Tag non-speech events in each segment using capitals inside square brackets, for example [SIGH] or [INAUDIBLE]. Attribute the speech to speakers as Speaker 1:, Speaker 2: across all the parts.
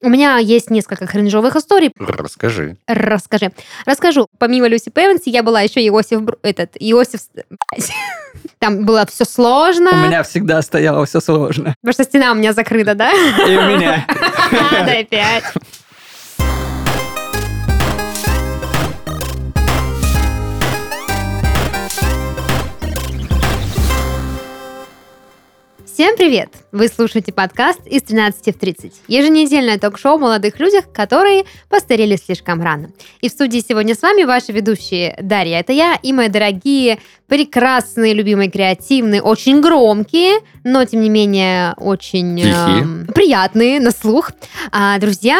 Speaker 1: У меня есть несколько кринжовых историй.
Speaker 2: Расскажи.
Speaker 1: Расскажи. Расскажу. Помимо Люси Певенси, я была еще Иосиф... Бру- Этот, Иосиф... [LAUGHS] Там было все сложно.
Speaker 3: У меня всегда стояло все сложно.
Speaker 1: Потому что стена у меня закрыта,
Speaker 3: [LAUGHS]
Speaker 1: да?
Speaker 3: И у меня.
Speaker 1: Да, опять. Всем привет! Вы слушаете подкаст «Из 13 в 30». Еженедельное ток-шоу о молодых людях, которые постарели слишком рано. И в студии сегодня с вами ваши ведущие Дарья, это я, и мои дорогие, прекрасные, любимые, креативные, очень громкие, но, тем не менее, очень эм,
Speaker 2: Тихие.
Speaker 1: приятные на слух, а, друзья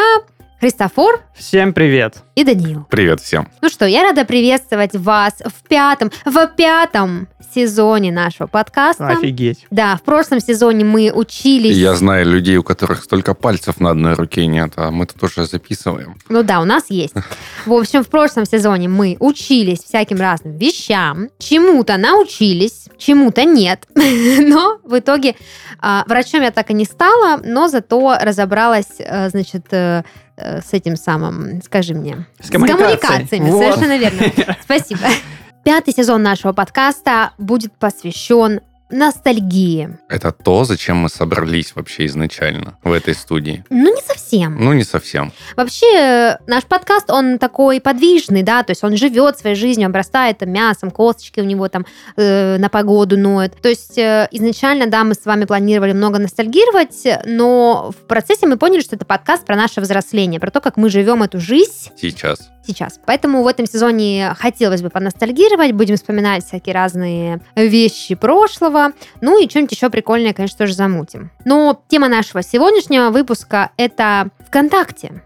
Speaker 1: Христофор
Speaker 3: Всем привет.
Speaker 1: и Даниил.
Speaker 2: Привет всем.
Speaker 1: Ну что, я рада приветствовать вас в пятом, в пятом сезоне нашего подкаста.
Speaker 3: Офигеть.
Speaker 1: Да, в прошлом сезоне мы учились.
Speaker 2: Я знаю людей, у которых столько пальцев на одной руке нет, а мы тут уже записываем.
Speaker 1: Ну да, у нас есть. В общем, в прошлом сезоне мы учились всяким разным вещам, чему-то научились, чему-то нет. [LAUGHS] Но в итоге а, врачом я так и не стала, но зато разобралась, э, значит, э, э, с этим самым, скажи мне.
Speaker 3: С коммуникацией.
Speaker 1: коммуникациями,
Speaker 3: Вот.
Speaker 1: совершенно верно.
Speaker 3: [LAUGHS]
Speaker 1: Спасибо. Пятый сезон нашего подкаста будет посвящен ностальгии.
Speaker 2: Это то, зачем мы собрались вообще изначально в этой студии.
Speaker 1: Ну, не совсем.
Speaker 2: Ну, не совсем.
Speaker 1: Вообще, э, наш подкаст, он такой подвижный, да, то есть он живет своей жизнью, обрастает там мясом, косточки у него там э, на погоду ноют. То есть э, изначально, да, мы с вами планировали много ностальгировать, но в процессе мы поняли, что это подкаст про наше взросление, про то, как мы живем эту жизнь
Speaker 2: Сейчас.
Speaker 1: сейчас. Поэтому в этом сезоне хотелось бы поностальгировать, будем вспоминать всякие разные вещи прошлого, ну и что-нибудь еще прикольное, конечно, тоже замутим. Но тема нашего сегодняшнего выпуска — это ВКонтакте.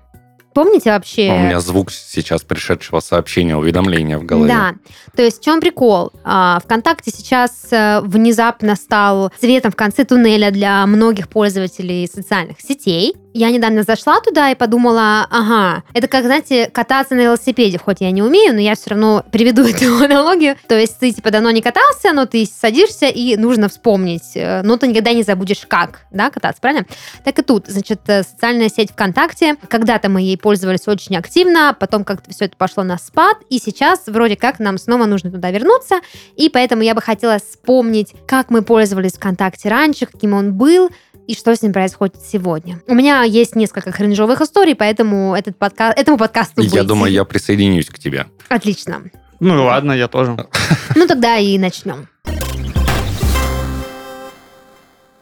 Speaker 1: Помните вообще?
Speaker 2: А У меня звук сейчас пришедшего сообщения, уведомления в голове.
Speaker 1: Да. То есть в чем прикол? А, ВКонтакте сейчас э, внезапно стал цветом в конце туннеля для многих пользователей социальных сетей. Я недавно зашла туда и подумала, ага, это как, знаете, кататься на велосипеде, хоть я не умею, но я все равно приведу [LAUGHS] эту аналогию. То есть ты типа давно не катался, но ты садишься и нужно вспомнить, э, но ты никогда не забудешь как, да, кататься, правильно? Так и тут, значит, э, социальная сеть ВКонтакте. Когда-то мы ей пользовались очень активно, потом как-то все это пошло на спад, и сейчас вроде как нам снова нужно туда вернуться, и поэтому я бы хотела вспомнить, как мы пользовались ВКонтакте раньше, каким он был, и что с ним происходит сегодня. У меня есть несколько кринжовых историй, поэтому этот подка... этому подкасту
Speaker 2: Я
Speaker 1: быть.
Speaker 2: думаю, я присоединюсь к тебе.
Speaker 1: Отлично.
Speaker 3: Ну ладно, я тоже.
Speaker 1: Ну тогда и начнем.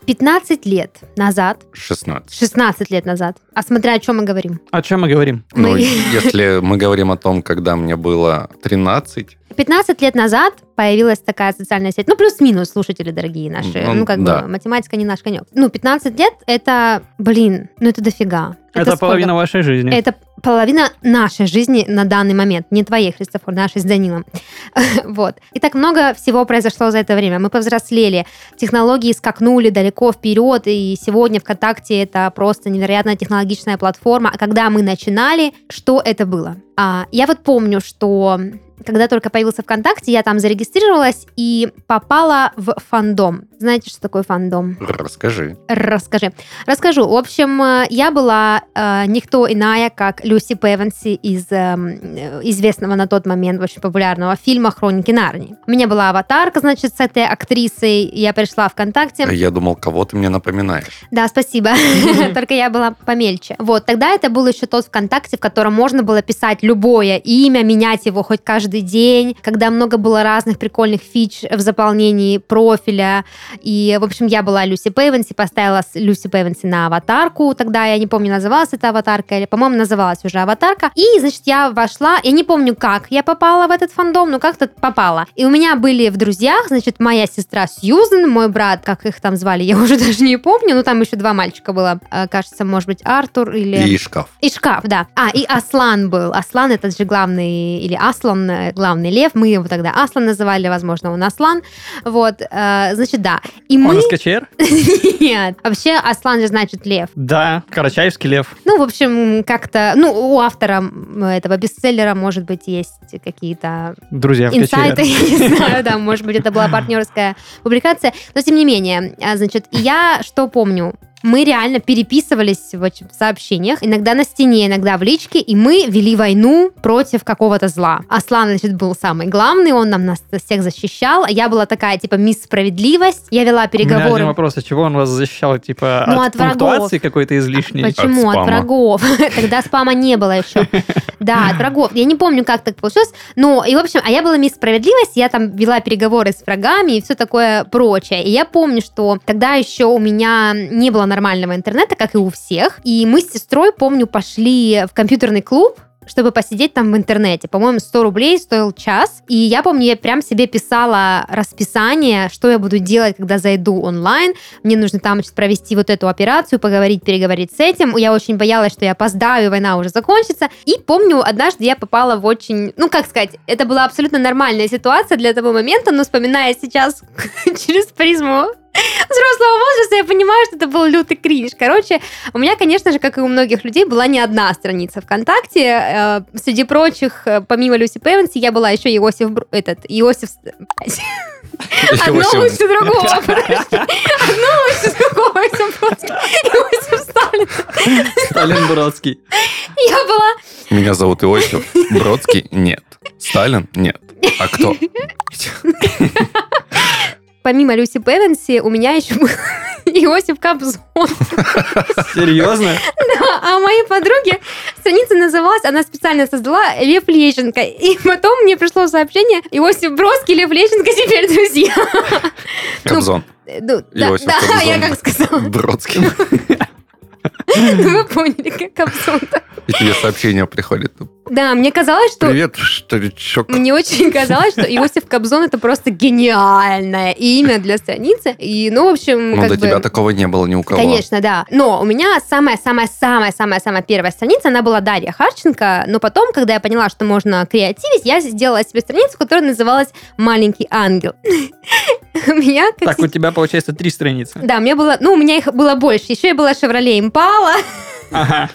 Speaker 1: 15 лет назад,
Speaker 2: 16.
Speaker 1: 16 лет назад, а смотря о чем мы говорим.
Speaker 3: О чем мы говорим?
Speaker 2: Ну,
Speaker 1: Мы-
Speaker 2: если мы говорим о том, когда мне было 13,
Speaker 1: 15 лет назад появилась такая социальная сеть. Ну, плюс-минус, слушатели дорогие наши.
Speaker 2: Ну,
Speaker 1: Ну, как
Speaker 2: да.
Speaker 1: бы математика не наш конек. Ну, 15 лет это, блин, ну это дофига.
Speaker 3: Это,
Speaker 1: сколько?
Speaker 3: половина вашей жизни.
Speaker 1: Это половина нашей жизни на данный момент. Не твоей, Христофор, нашей с Данилом. [LAUGHS] вот. И так много всего произошло за это время. Мы повзрослели, технологии скакнули далеко вперед, и сегодня ВКонтакте это просто невероятная технологичная платформа. А когда мы начинали, что это было? А, я вот помню, что когда только появился ВКонтакте, я там зарегистрировалась и попала в фандом. Знаете, что такое фандом?
Speaker 2: расскажи.
Speaker 1: Расскажи. Расскажу. В общем, э, я была э, никто иная, как Люси Певенси из эм, э, известного на тот момент очень популярного фильма «Хроники Нарнии». У меня была аватарка, значит, с этой актрисой. Я пришла ВКонтакте.
Speaker 2: Я думал, кого ты мне напоминаешь.
Speaker 1: Да, спасибо. Только я была помельче. Вот, тогда это был еще тот ВКонтакте, в котором можно было писать любое имя, менять его хоть каждый день, когда много было разных прикольных фич в заполнении профиля. И, в общем, я была Люси Пейвенси, поставила с- Люси Пейвенси на аватарку. Тогда я не помню, называлась эта аватарка или, по-моему, называлась уже аватарка. И, значит, я вошла, я не помню, как я попала в этот фандом, но как-то попала. И у меня были в друзьях, значит, моя сестра Сьюзен, мой брат, как их там звали, я [LAUGHS] уже даже не помню, ну там еще два мальчика было, Э, кажется, может быть, Артур или... [LAUGHS]
Speaker 2: И шкаф.
Speaker 1: И шкаф, да. А, и Аслан был. Аслан это же главный, или Аслан, э, главный лев. Мы его тогда Аслан называли, возможно, он Аслан. Вот, э, значит, да. И
Speaker 3: Он
Speaker 1: мы...
Speaker 3: из КЧР?
Speaker 1: [LAUGHS] Нет. Вообще, Аслан же значит лев.
Speaker 3: Да, Карачаевский лев.
Speaker 1: Ну, в общем, как-то... Ну, у автора м, этого бестселлера, может быть, есть какие-то
Speaker 3: Друзья в
Speaker 1: инсайты,
Speaker 3: КЧР.
Speaker 1: [LAUGHS] я не знаю, да, может быть, это была партнерская публикация, но тем не менее, а, значит, я что помню? мы реально переписывались в этих сообщениях, иногда на стене, иногда в личке, и мы вели войну против какого-то зла. Аслан, значит, был самый главный, он нам нас всех защищал, а я была такая, типа, мисс справедливость, я вела
Speaker 3: У меня один
Speaker 1: переговоры.
Speaker 3: вопрос, от чего он вас защищал? Типа
Speaker 1: Ну, от
Speaker 3: от,
Speaker 1: врагов.
Speaker 3: пунктуации какой-то излишней?
Speaker 1: Почему?
Speaker 2: От
Speaker 1: От,
Speaker 2: спама.
Speaker 1: врагов. [LAUGHS] Тогда спама не было еще. Да, от врагов. Я не помню, как так получилось. Ну, и, в общем, а я была мисс справедливость, я там вела переговоры с врагами и все такое прочее. И я помню, что тогда еще у меня не было нормального интернета, как и у всех. И мы с сестрой, помню, пошли в компьютерный клуб, чтобы посидеть там в интернете. По-моему, 100 рублей стоил час. И я помню, я прям себе писала расписание, что я буду делать, когда зайду онлайн. Мне нужно там значит, провести вот эту операцию, поговорить, переговорить с этим. Я очень боялась, что я опоздаю, война уже закончится. И помню, однажды я попала в очень, ну, как сказать, это была абсолютно нормальная ситуация для того момента, но вспоминая сейчас [LAUGHS] через призму взрослого возраста, я понимаю, что это был лютый кринж. Короче, у меня, конечно же, как и у многих людей, была не одна страница ВКонтакте. Э, Среди прочих, э, помимо Люси Певенси, я была еще Иосиф... Бру- Этот, Иосиф... Одно лучше другого.
Speaker 2: [LAUGHS]
Speaker 1: прости. Одно лучше другого. всё просто. Иосиф Сталин.
Speaker 3: Сталин Бродский.
Speaker 1: Я была...
Speaker 2: Меня зовут Иосиф. Бродский? Нет. Сталин? Нет.
Speaker 1: [LAUGHS]
Speaker 2: А кто?
Speaker 1: Помимо Люси Певенси, у меня еще был [LAUGHS] Иосиф Кобзон.
Speaker 3: Серьезно?
Speaker 1: А моей подруге страница называлась, она специально создала Лев Лещенко. И потом мне пришло сообщение, Иосиф Броский, Лев Лещенко теперь друзья.
Speaker 2: Кобзон.
Speaker 1: Э, ну, да,
Speaker 2: Иосиф
Speaker 1: да,
Speaker 2: Кобзон.
Speaker 1: я как сказала. [LAUGHS]
Speaker 2: Бродский.
Speaker 1: Ну, вы поняли, как Кобзон-то.
Speaker 2: И тебе сообщение приходит.
Speaker 1: Да, мне казалось, что
Speaker 2: Привет, старичок.
Speaker 1: Ну, Мне очень казалось, что Иосиф Кобзон это просто гениальное имя для страницы. И, ну, в общем,
Speaker 2: Ну,
Speaker 1: как
Speaker 2: до
Speaker 1: бы...
Speaker 2: тебя такого не было ни у кого.
Speaker 1: Конечно, да. Но у меня самая-самая-самая-самая-самая первая страница, она была Дарья Харченко, но потом, когда я поняла, что можно креативить, я сделала себе страницу, которая называлась «Маленький ангел». [LAUGHS] У меня как
Speaker 3: Так, у тебя получается три страницы.
Speaker 1: да, у меня было, ну, у меня их было больше. Еще я была Шевроле Импала,
Speaker 3: Ага.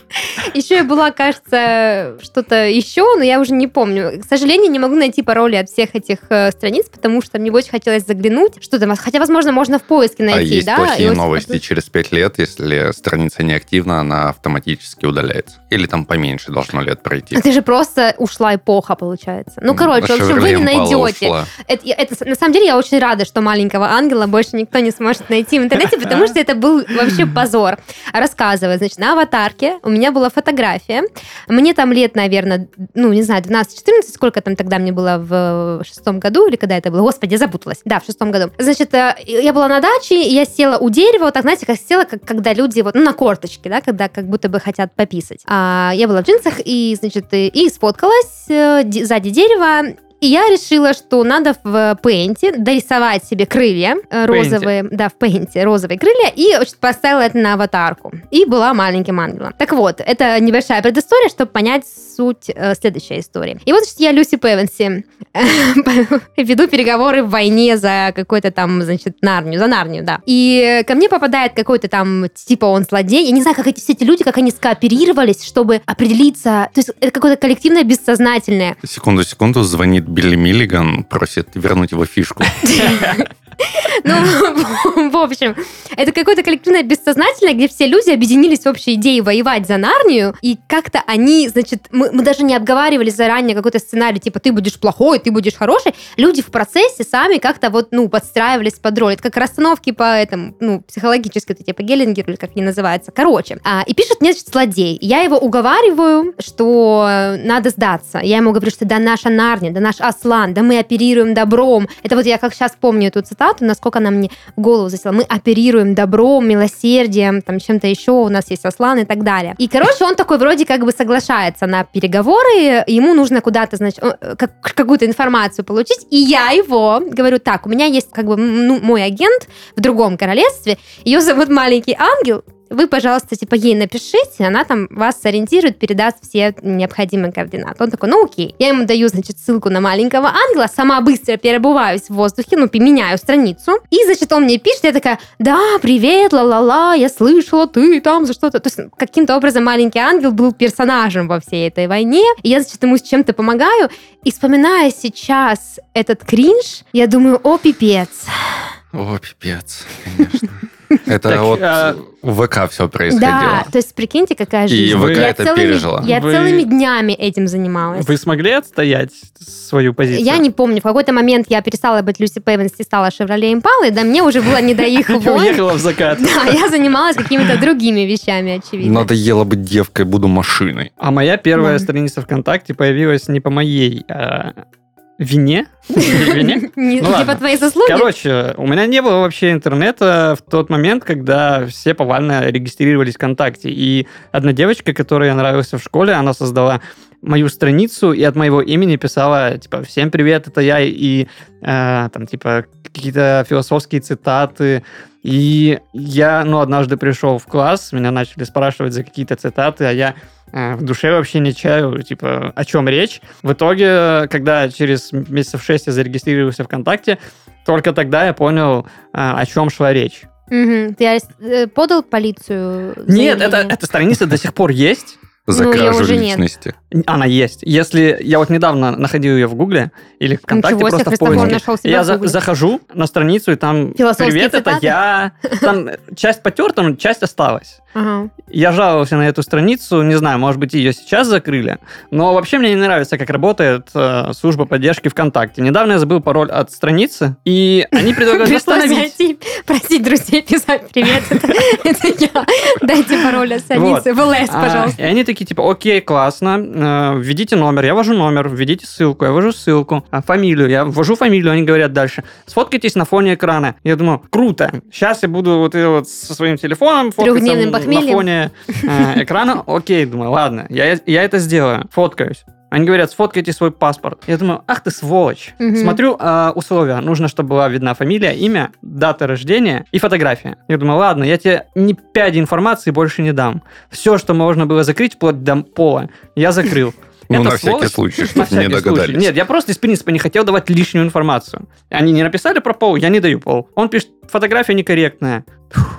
Speaker 1: еще я была, кажется, что-то еще, но я уже не помню. К сожалению, не могу найти пароли от всех этих э, страниц, потому что мне бы очень хотелось заглянуть. Что там, хотя, возможно, можно в поиске
Speaker 2: А
Speaker 1: найти,
Speaker 2: есть
Speaker 1: да?
Speaker 2: плохие
Speaker 1: Иосиф
Speaker 2: новости.
Speaker 1: Кобзон.
Speaker 2: Через пять лет, если страница неактивна, она автоматически удаляется. Или там поменьше должно лет пройти.
Speaker 1: Это же просто ушла эпоха, получается. Ну, короче, в общем, вы не
Speaker 2: Шевроле Импала
Speaker 1: найдете.
Speaker 2: ушла.
Speaker 1: Это, это- на самом деле, я очень рада, что маленького ангела больше никто не сможет найти в интернете, потому что это был вообще позор. Рассказываю, значит, на аватарке у меня была фотография. Мне там лет, наверное, ну, не знаю, 12-14, сколько там тогда мне было в э, шестом году, или когда это было? Господи, я запуталась. Да, в шестом году. Значит, э, я была на даче, и я села у дерева, вот так, знаете, как села, как, когда люди вот, ну, на корточке, да, когда как будто бы хотят пописать. А я была в джинсах, и, значит, и, и сфоткалась э, де- сзади дерева, и я решила, что надо в пейнте дорисовать себе крылья э,
Speaker 3: Пейнте.
Speaker 1: розовые, да, в пейнте розовые крылья, и значит, поставила это на аватарку. И была маленьким ангелом. Так вот, это небольшая предыстория, чтобы понять суть э, следующей истории. И вот значит, я Люси Певенси [LAUGHS] веду переговоры в войне за какой-то там, значит, Нарнию, за Нарнию, да. И ко мне попадает какой-то там, типа, он злодей. Я не знаю, как эти все эти люди, как они скооперировались, чтобы определиться. То есть это какое-то коллективное бессознательное.
Speaker 2: Секунду, секунду, звонит Билли Миллиган, просит вернуть его фишку.
Speaker 1: Ну, в общем, это какое-то коллективное бессознательное, где все люди объединились в общей идее воевать за Нарнию, и как-то они, значит, мы, мы даже не обговаривали заранее какой-то сценарий, типа, ты будешь плохой, ты будешь хороший. Люди в процессе сами как-то вот, ну, подстраивались под роль. Это как расстановки по этому, ну, психологически, это типа Геллингер, или как они называются. Короче, а, и пишет мне, значит, злодей. Я его уговариваю, что э, надо сдаться. Я ему говорю, что да наша Нарния, да наш Аслан, да мы оперируем добром. Это вот я как сейчас помню эту цитату, насколько она мне в голову засела. Мы оперируем добром, милосердием, там чем-то еще, у нас есть Аслан и так далее. И, короче, он такой вроде как бы соглашается на переговоры, ему нужно куда-то, значит, он, э, как- какую-то информацию получить, и я его говорю, так, у меня есть как бы м, ну, мой агент в другом королевстве, ее зовут Маленький Ангел, вы, пожалуйста, типа ей напишите, она там вас сориентирует, передаст все необходимые координаты. Он такой, ну окей. Я ему даю, значит, ссылку на маленького ангела, сама быстро перебываюсь в воздухе, ну, пи- меняю страницу. И, значит, он мне пишет, я такая, да, привет, ла-ла-ла, я слышала, ты там за что-то. То есть, ну, каким-то образом маленький ангел был персонажем во всей этой войне. И я, значит, ему с чем-то помогаю. И вспоминая сейчас этот кринж, я думаю, о, пипец.
Speaker 3: [LAUGHS]
Speaker 2: О, пипец, конечно. Это
Speaker 3: Так,
Speaker 2: вот
Speaker 3: а-
Speaker 2: в ВК все
Speaker 1: Да,
Speaker 2: происходило.
Speaker 1: то есть прикиньте, какая жизнь.
Speaker 2: ВК
Speaker 1: я
Speaker 2: это
Speaker 1: целыми,
Speaker 2: пережила.
Speaker 1: Я
Speaker 3: Вы-
Speaker 1: целыми днями этим занималась.
Speaker 3: Вы смогли отстоять свою позицию? [LAUGHS]
Speaker 1: Я не помню, в какой-то момент я перестала быть Люси Пейвенс и стала Шевроле Импалой, да мне уже было не до
Speaker 3: [LAUGHS]
Speaker 1: их
Speaker 3: Я
Speaker 1: войн.
Speaker 3: уехала в
Speaker 1: [LAUGHS]
Speaker 3: закат.
Speaker 1: Да, я занималась какими-то другими вещами, очевидно.
Speaker 2: Надоело быть девкой, буду машиной.
Speaker 3: А моя
Speaker 1: Да.
Speaker 3: первая страница ВКонтакте появилась не по моей а, вине. Не
Speaker 1: [LAUGHS]
Speaker 3: вине?
Speaker 1: Не типа
Speaker 3: Ну
Speaker 1: не
Speaker 3: ладно.
Speaker 1: по твоей заслуге?
Speaker 3: Короче, у меня не было вообще интернета в тот момент, когда все повально регистрировались ВКонтакте. И одна девочка, которой я нравился в школе, она создала мою страницу и от моего имени писала, типа, «Всем привет, это я», и э, там, типа, какие-то философские цитаты. И я, ну, однажды пришел в класс, меня начали спрашивать за какие-то цитаты, а я э, в душе вообще не чаю, типа, о чем речь. В итоге, когда через месяцев шесть я зарегистрировался ВКонтакте, только тогда я понял, а, о чем шла речь.
Speaker 1: Мгм. Ты э, подал в полицию?
Speaker 3: Нет,
Speaker 1: заявление?
Speaker 3: это, эта страница до сих пор есть.
Speaker 1: Ну,
Speaker 2: За
Speaker 1: я
Speaker 2: кражу
Speaker 1: уже нет.
Speaker 2: личности.
Speaker 3: Она есть. Если я вот недавно находил ее в Гугле или ВКонтакте,
Speaker 1: Ничего себе,
Speaker 3: просто в
Speaker 1: Христофор
Speaker 3: поиске.
Speaker 1: нашел себя
Speaker 3: Я
Speaker 1: в
Speaker 3: за-
Speaker 1: Гугле.
Speaker 3: захожу на страницу, и там
Speaker 1: Философские
Speaker 3: «Привет, это
Speaker 1: цитаты?
Speaker 3: я». Там часть потерта, но часть осталась.
Speaker 1: Ага.
Speaker 3: Я жаловался на эту страницу, не знаю, может быть, ее сейчас закрыли, но вообще мне не нравится, как работает э, служба поддержки ВКонтакте. Недавно я забыл пароль от страницы, и они предлагают
Speaker 1: Пришлось
Speaker 3: восстановить.
Speaker 1: зайти, просить друзей писать «Привет, это, [LAUGHS] это я». Дайте пароль от страницы. В ЛС,
Speaker 3: А,
Speaker 1: пожалуйста.
Speaker 3: И они такие, типа, окей, классно, э, введите номер, я ввожу номер, введите ссылку, я ввожу ссылку, а, фамилию, я ввожу фамилию, они говорят дальше, сфоткайтесь на фоне экрана. Я думаю, круто, сейчас я буду вот, это вот со своим телефоном фоткаться
Speaker 1: Трехдневным
Speaker 3: на
Speaker 1: похмельем.
Speaker 3: фоне э, экрана, окей, думаю, ладно, я, я это сделаю, фоткаюсь. Они говорят, сфоткайте свой паспорт. Я думаю, ах ты сволочь.
Speaker 1: Мгм.
Speaker 3: Смотрю э, условия. Нужно, чтобы была видна фамилия, имя, дата рождения и фотография. Я думаю, ладно, я тебе ни пяди информации больше не дам. Все, что можно было закрыть, вплоть до пола, я закрыл.
Speaker 2: [LAUGHS] Ну,
Speaker 3: Это
Speaker 2: на всякий
Speaker 3: сволочь. [LAUGHS]
Speaker 2: случай,
Speaker 3: На
Speaker 2: чтобы не
Speaker 3: всякий случай.
Speaker 2: догадались.
Speaker 3: Нет, я просто из принципа не хотел давать лишнюю информацию. Они не написали про пол, я не даю пол. Он пишет, фотография некорректная. Фух.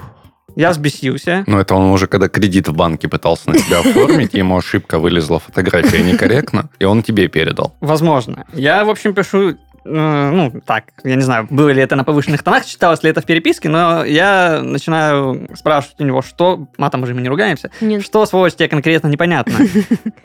Speaker 3: Я взбесился.
Speaker 2: Ну, это он уже когда кредит в банке пытался на себя оформить, ему ошибка вылезла, фотография некорректна, и он тебе передал.
Speaker 3: Возможно. Я, в общем, пишу, э, ну, так, я не знаю, было ли это на повышенных тонах, читалось ли это в переписке, но я начинаю спрашивать у него, что, матом же мы не ругаемся,
Speaker 1: Нет.
Speaker 3: что, сволочь, тебе
Speaker 1: [LAUGHS]
Speaker 3: конкретно непонятно.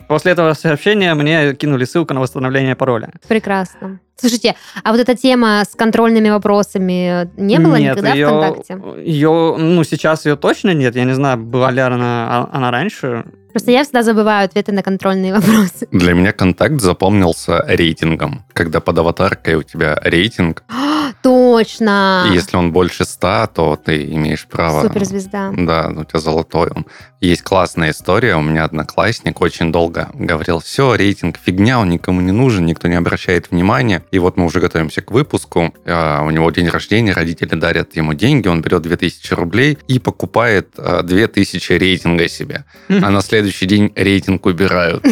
Speaker 3: После этого сообщения мне кинули ссылку на восстановление пароля.
Speaker 1: Прекрасно. Слушайте, а вот эта тема с контрольными вопросами не было
Speaker 3: Нет,
Speaker 1: никогда
Speaker 3: ее-
Speaker 1: ВКонтакте?
Speaker 3: Ее, ну, сейчас ее точно нет, я не знаю, была ли она, а, она раньше.
Speaker 1: Просто я всегда забываю ответы на контрольные [LAUGHS] вопросы.
Speaker 2: Для меня контакт запомнился рейтингом. Когда под аватаркой у тебя рейтинг,
Speaker 1: Точно!
Speaker 3: А.
Speaker 2: и если он больше 100, то ты имеешь право...
Speaker 1: Суперзвезда.
Speaker 2: Да, у тебя золотой он. Есть классная история. У меня одноклассник очень долго говорил, все, рейтинг фигня, он никому не нужен, никто не обращает внимания. И вот мы уже готовимся к выпуску. А, У него день рождения, родители дарят ему деньги, он берет 2000 рублей и покупает а, 2000 рейтинга себе. А на следующий день рейтинг убирают.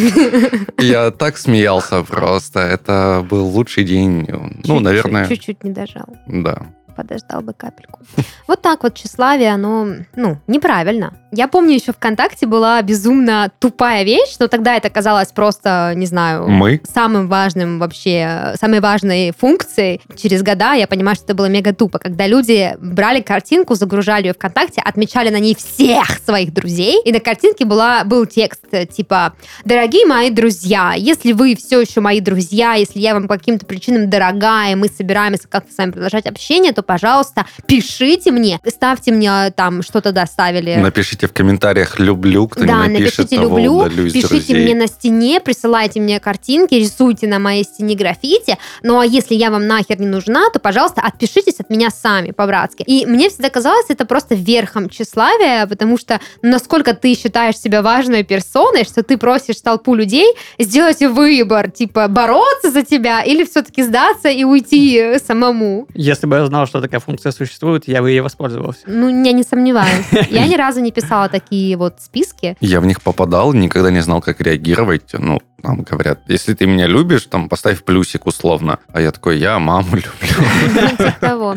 Speaker 2: Я так смеялся просто. Это был лучший день. Ну,
Speaker 1: Чуть-
Speaker 2: наверное,
Speaker 1: Чуть-чуть не дожал.
Speaker 2: да.
Speaker 1: Подождал бы капельку. [LAUGHS] Вот так вот тщеславие, оно, ну, неправильно. Я помню, еще ВКонтакте была безумно тупая вещь, но тогда это казалось просто, не знаю,
Speaker 2: Мы?
Speaker 1: самым важным вообще, самой важной функцией. Через года я понимаю, что это было мега тупо, когда люди брали картинку, загружали ее ВКонтакте, отмечали на ней всех своих друзей, и на картинке была, был текст э, типа «Дорогие мои друзья, если вы все еще мои друзья, если я вам по каким-то причинам дорогая, мы собираемся как-то с вами продолжать общение, то, пожалуйста, пишите мне, ставьте мне э, там что-то доставили».
Speaker 2: Напишите в комментариях «люблю», кто
Speaker 1: Да,
Speaker 2: не напишет,
Speaker 1: напишите
Speaker 2: того
Speaker 1: люблю,
Speaker 2: удалю из
Speaker 1: пишите
Speaker 2: друзей.
Speaker 1: мне на стене, присылайте мне картинки, рисуйте на моей стене граффити. Ну а если я вам нахер не нужна, то, пожалуйста, отпишитесь от меня сами по-братски. И мне всегда казалось, это просто верхом тщеславия, потому что насколько ты считаешь себя важной персоной, что ты просишь толпу людей сделать выбор, типа бороться за тебя или все-таки сдаться и уйти э, самому.
Speaker 3: Если бы я знал, что такая функция существует, я бы ей воспользовался.
Speaker 1: Ну, я не сомневаюсь. Я ни разу не писала такие вот списки.
Speaker 2: Я в них попадал, никогда не знал, как реагировать. Ну, нам говорят, если ты меня любишь, там поставь плюсик условно. А я такой, я маму [LAUGHS] люблю.
Speaker 1: Типа того.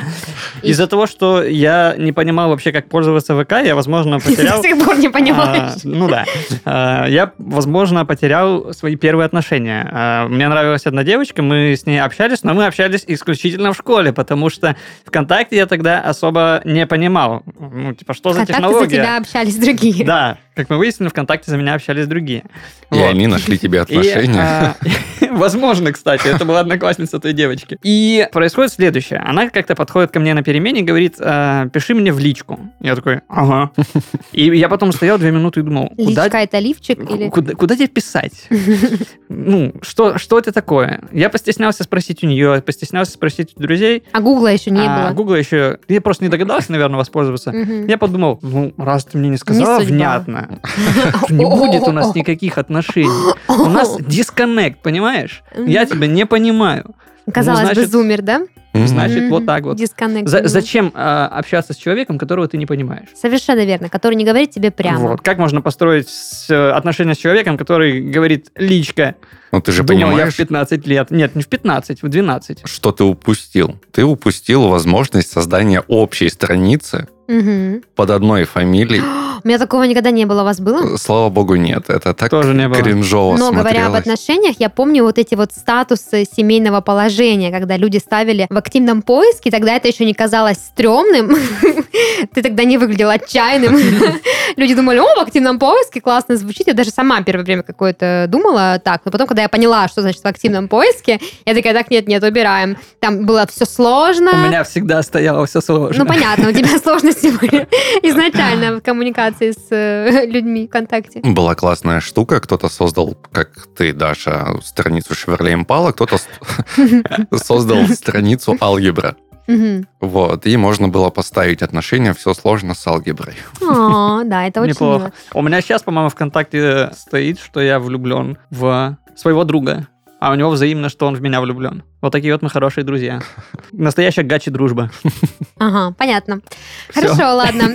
Speaker 1: И-
Speaker 3: Из-за того, что я не понимал вообще, как пользоваться ВК, я, возможно,
Speaker 1: До
Speaker 3: потерял...
Speaker 1: сих пор не
Speaker 3: А,
Speaker 1: понимаешь.
Speaker 3: ну да. А, Я, возможно, потерял свои первые отношения. А, Мне нравилась одна девочка, мы с ней общались, но мы общались исключительно в школе, потому что ВКонтакте я тогда особо не понимал. Ну, типа, что за
Speaker 1: Контакты за
Speaker 3: технология?
Speaker 1: тебя общались другие.
Speaker 3: Да, как мы выяснили, ВКонтакте за меня общались другие.
Speaker 2: И
Speaker 3: Вот.
Speaker 2: они нашли тебе
Speaker 3: И,
Speaker 2: отношения.
Speaker 3: а, [LAUGHS] возможно, кстати, это была одноклассница той девочки. И происходит следующее. Она как-то подходит ко мне на перемене и говорит, «А, пиши мне в личку. Я такой, ага. И я потом стоял две минуты и думал, куда,
Speaker 1: Личка это лифчик или...
Speaker 3: куда, куда тебе писать?
Speaker 1: [LAUGHS]
Speaker 3: Ну, что, что это такое? Я постеснялся спросить у нее, постеснялся спросить у друзей.
Speaker 1: А гугла еще не
Speaker 3: а
Speaker 1: было.
Speaker 3: Гугла еще... Я просто не догадался, наверное, воспользоваться.
Speaker 1: Мгм.
Speaker 3: Я подумал, ну, раз ты мне не сказала
Speaker 1: судьба.
Speaker 3: внятно, то не будет
Speaker 1: [LAUGHS]
Speaker 3: у нас никаких отношений. У нас дисконнект, понимаешь? Я тебя не понимаю.
Speaker 1: Казалось
Speaker 3: ну,
Speaker 1: бы,
Speaker 3: значит-
Speaker 1: зумер, да?
Speaker 2: Мгм.
Speaker 3: значит,
Speaker 1: Мгм.
Speaker 3: вот так вот.
Speaker 1: Дисконнект.
Speaker 3: За-
Speaker 1: Мгм.
Speaker 3: зачем э, общаться с человеком, которого ты не понимаешь?
Speaker 1: Совершенно верно, который не говорит тебе прямо.
Speaker 3: Вот. Как можно построить с- э, отношения с человеком, который говорит личка?
Speaker 2: Ну ты же
Speaker 3: Думал, я в
Speaker 2: понимаешь,
Speaker 3: 15 лет. Нет, не в 15, в 12.
Speaker 2: что ты упустил. Ты упустил возможность создания общей страницы
Speaker 1: Мгм.
Speaker 2: под одной
Speaker 1: [GASPS]
Speaker 2: фамилией.
Speaker 1: У меня такого никогда не было. У вас было?
Speaker 2: Слава богу, нет. Это так
Speaker 3: Тоже не было.
Speaker 2: кринжово
Speaker 1: Но говоря об
Speaker 2: смотрелось.
Speaker 1: отношениях, я помню вот эти вот статусы семейного положения, когда люди ставили в активном поиске, тогда это еще не казалось стрёмным, [LAUGHS] ты тогда не выглядел
Speaker 3: [LAUGHS]
Speaker 1: отчаянным. Люди думали, о, в активном поиске, классно звучит. Я даже сама первое время какое-то думала так, но потом, когда я поняла, что значит в активном поиске, я такая, так, нет, нет, убираем. Там было все сложно.
Speaker 3: У меня всегда стояло все сложно.
Speaker 1: Ну, понятно, у тебя
Speaker 3: [LAUGHS]
Speaker 1: сложности были изначально в коммуникации с э, людьми ВКонтакте.
Speaker 2: Была классная штука, кто-то создал, как ты, Даша, страницу Шеверле Импала, кто-то с-
Speaker 1: [LAUGHS]
Speaker 2: создал страницу алгебра.
Speaker 3: [LAUGHS]
Speaker 1: Мгм.
Speaker 2: Вот, и можно было поставить отношения, все сложно с алгеброй.
Speaker 1: О, да, это очень
Speaker 3: Неплохо.
Speaker 1: мило.
Speaker 3: У меня сейчас, по-моему, ВКонтакте стоит, что я влюблен в своего друга. А у него взаимно, что он в меня влюблен. Вот такие вот мы хорошие друзья. Настоящая гачи дружба.
Speaker 1: Ага, понятно.
Speaker 3: Всё.
Speaker 1: Хорошо, ладно.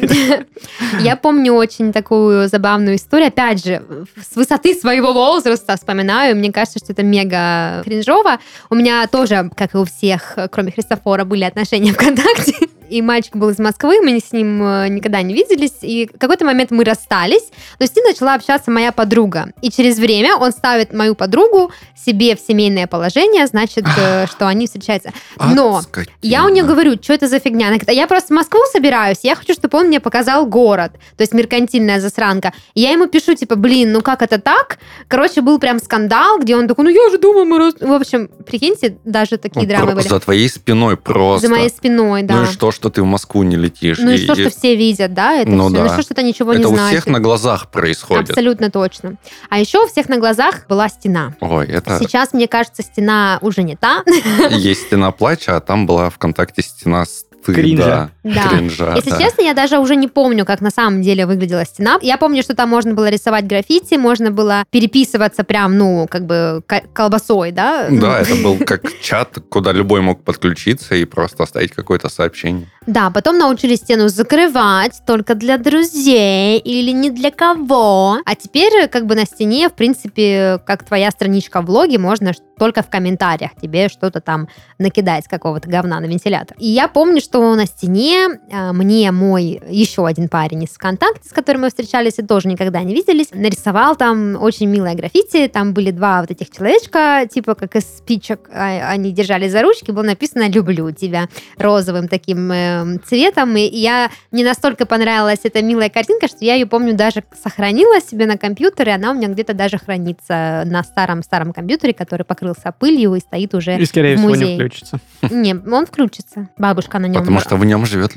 Speaker 1: Я помню очень такую забавную историю. Опять же, с высоты своего возраста вспоминаю. Мне кажется, что это мега кринжово. У меня тоже, как и у всех, кроме Христофора, были отношения [LAUGHS] ВКонтакте. И мальчик был из Москвы, мы с ним э, никогда не виделись. И в какой-то момент мы расстались, но с ним начала общаться моя подруга. И через время он ставит мою подругу себе в семейное положение, значит, э, что они встречаются. Но Я у нее говорю, что это за фигня? Она говорит, а я просто в Москву собираюсь, я хочу, чтобы он мне показал город. То есть меркантильная засранка. И я ему пишу, типа, блин, ну как это так? Короче, был прям скандал, где он такой, ну я же думаю, мы... раз-» В общем, прикиньте, даже такие драмы были.
Speaker 2: Ну, За твоей спиной просто.
Speaker 1: За моей спиной, да.
Speaker 2: Ну и что, что ты в Москву не летишь?
Speaker 1: Ну и
Speaker 2: И-
Speaker 1: что,
Speaker 2: и
Speaker 1: что все видят, да? Это
Speaker 2: Ну
Speaker 1: всё.
Speaker 2: да.
Speaker 1: Ну что, что ты ничего не
Speaker 2: Это у
Speaker 1: знаешь.
Speaker 2: всех на глазах происходит.
Speaker 1: Абсолютно точно. А еще у всех на глазах была стена.
Speaker 2: Ой, это
Speaker 1: Сейчас, мне кажется, стена уже не та.
Speaker 2: есть стена плача, а там была ВКонтакте стена стыда.
Speaker 3: Кринжа.
Speaker 1: Да.
Speaker 2: Кринжа,
Speaker 1: Если
Speaker 2: да.
Speaker 1: честно, я даже уже не помню, как на самом деле выглядела стена. Я помню, что там можно было рисовать граффити, можно было переписываться прям, ну, как бы ко- колбасой, да? Ну,
Speaker 2: Да, это был как чат, куда любой мог подключиться и просто оставить какое-то сообщение.
Speaker 1: Да, потом научились стену закрывать только для друзей или не для кого. А теперь как бы на стене, в принципе, как твоя страничка в блоге, можно ш- только в комментариях тебе что-то там накидать, какого-то говна на вентилятор. И я помню, что на стене э, мне мой еще один парень из ВКонтакте, с которым мы встречались и тоже никогда не виделись, нарисовал там очень милое граффити. Там были два вот этих человечка, типа как из спичек, а- они держались за ручки, было написано «люблю тебя» розовым таким эм, цветом. И я мне настолько понравилась эта милая картинка, что я ее помню даже сохранила себе на компьютере. Она у меня где-то даже хранится на старом старом компьютере, который покрылся пылью и стоит уже.
Speaker 3: И, скорее
Speaker 1: В
Speaker 3: всего, не
Speaker 1: Э, музей.
Speaker 3: включится.
Speaker 1: Не, он включится. Бабушка на нем.
Speaker 2: Потому что в нем живет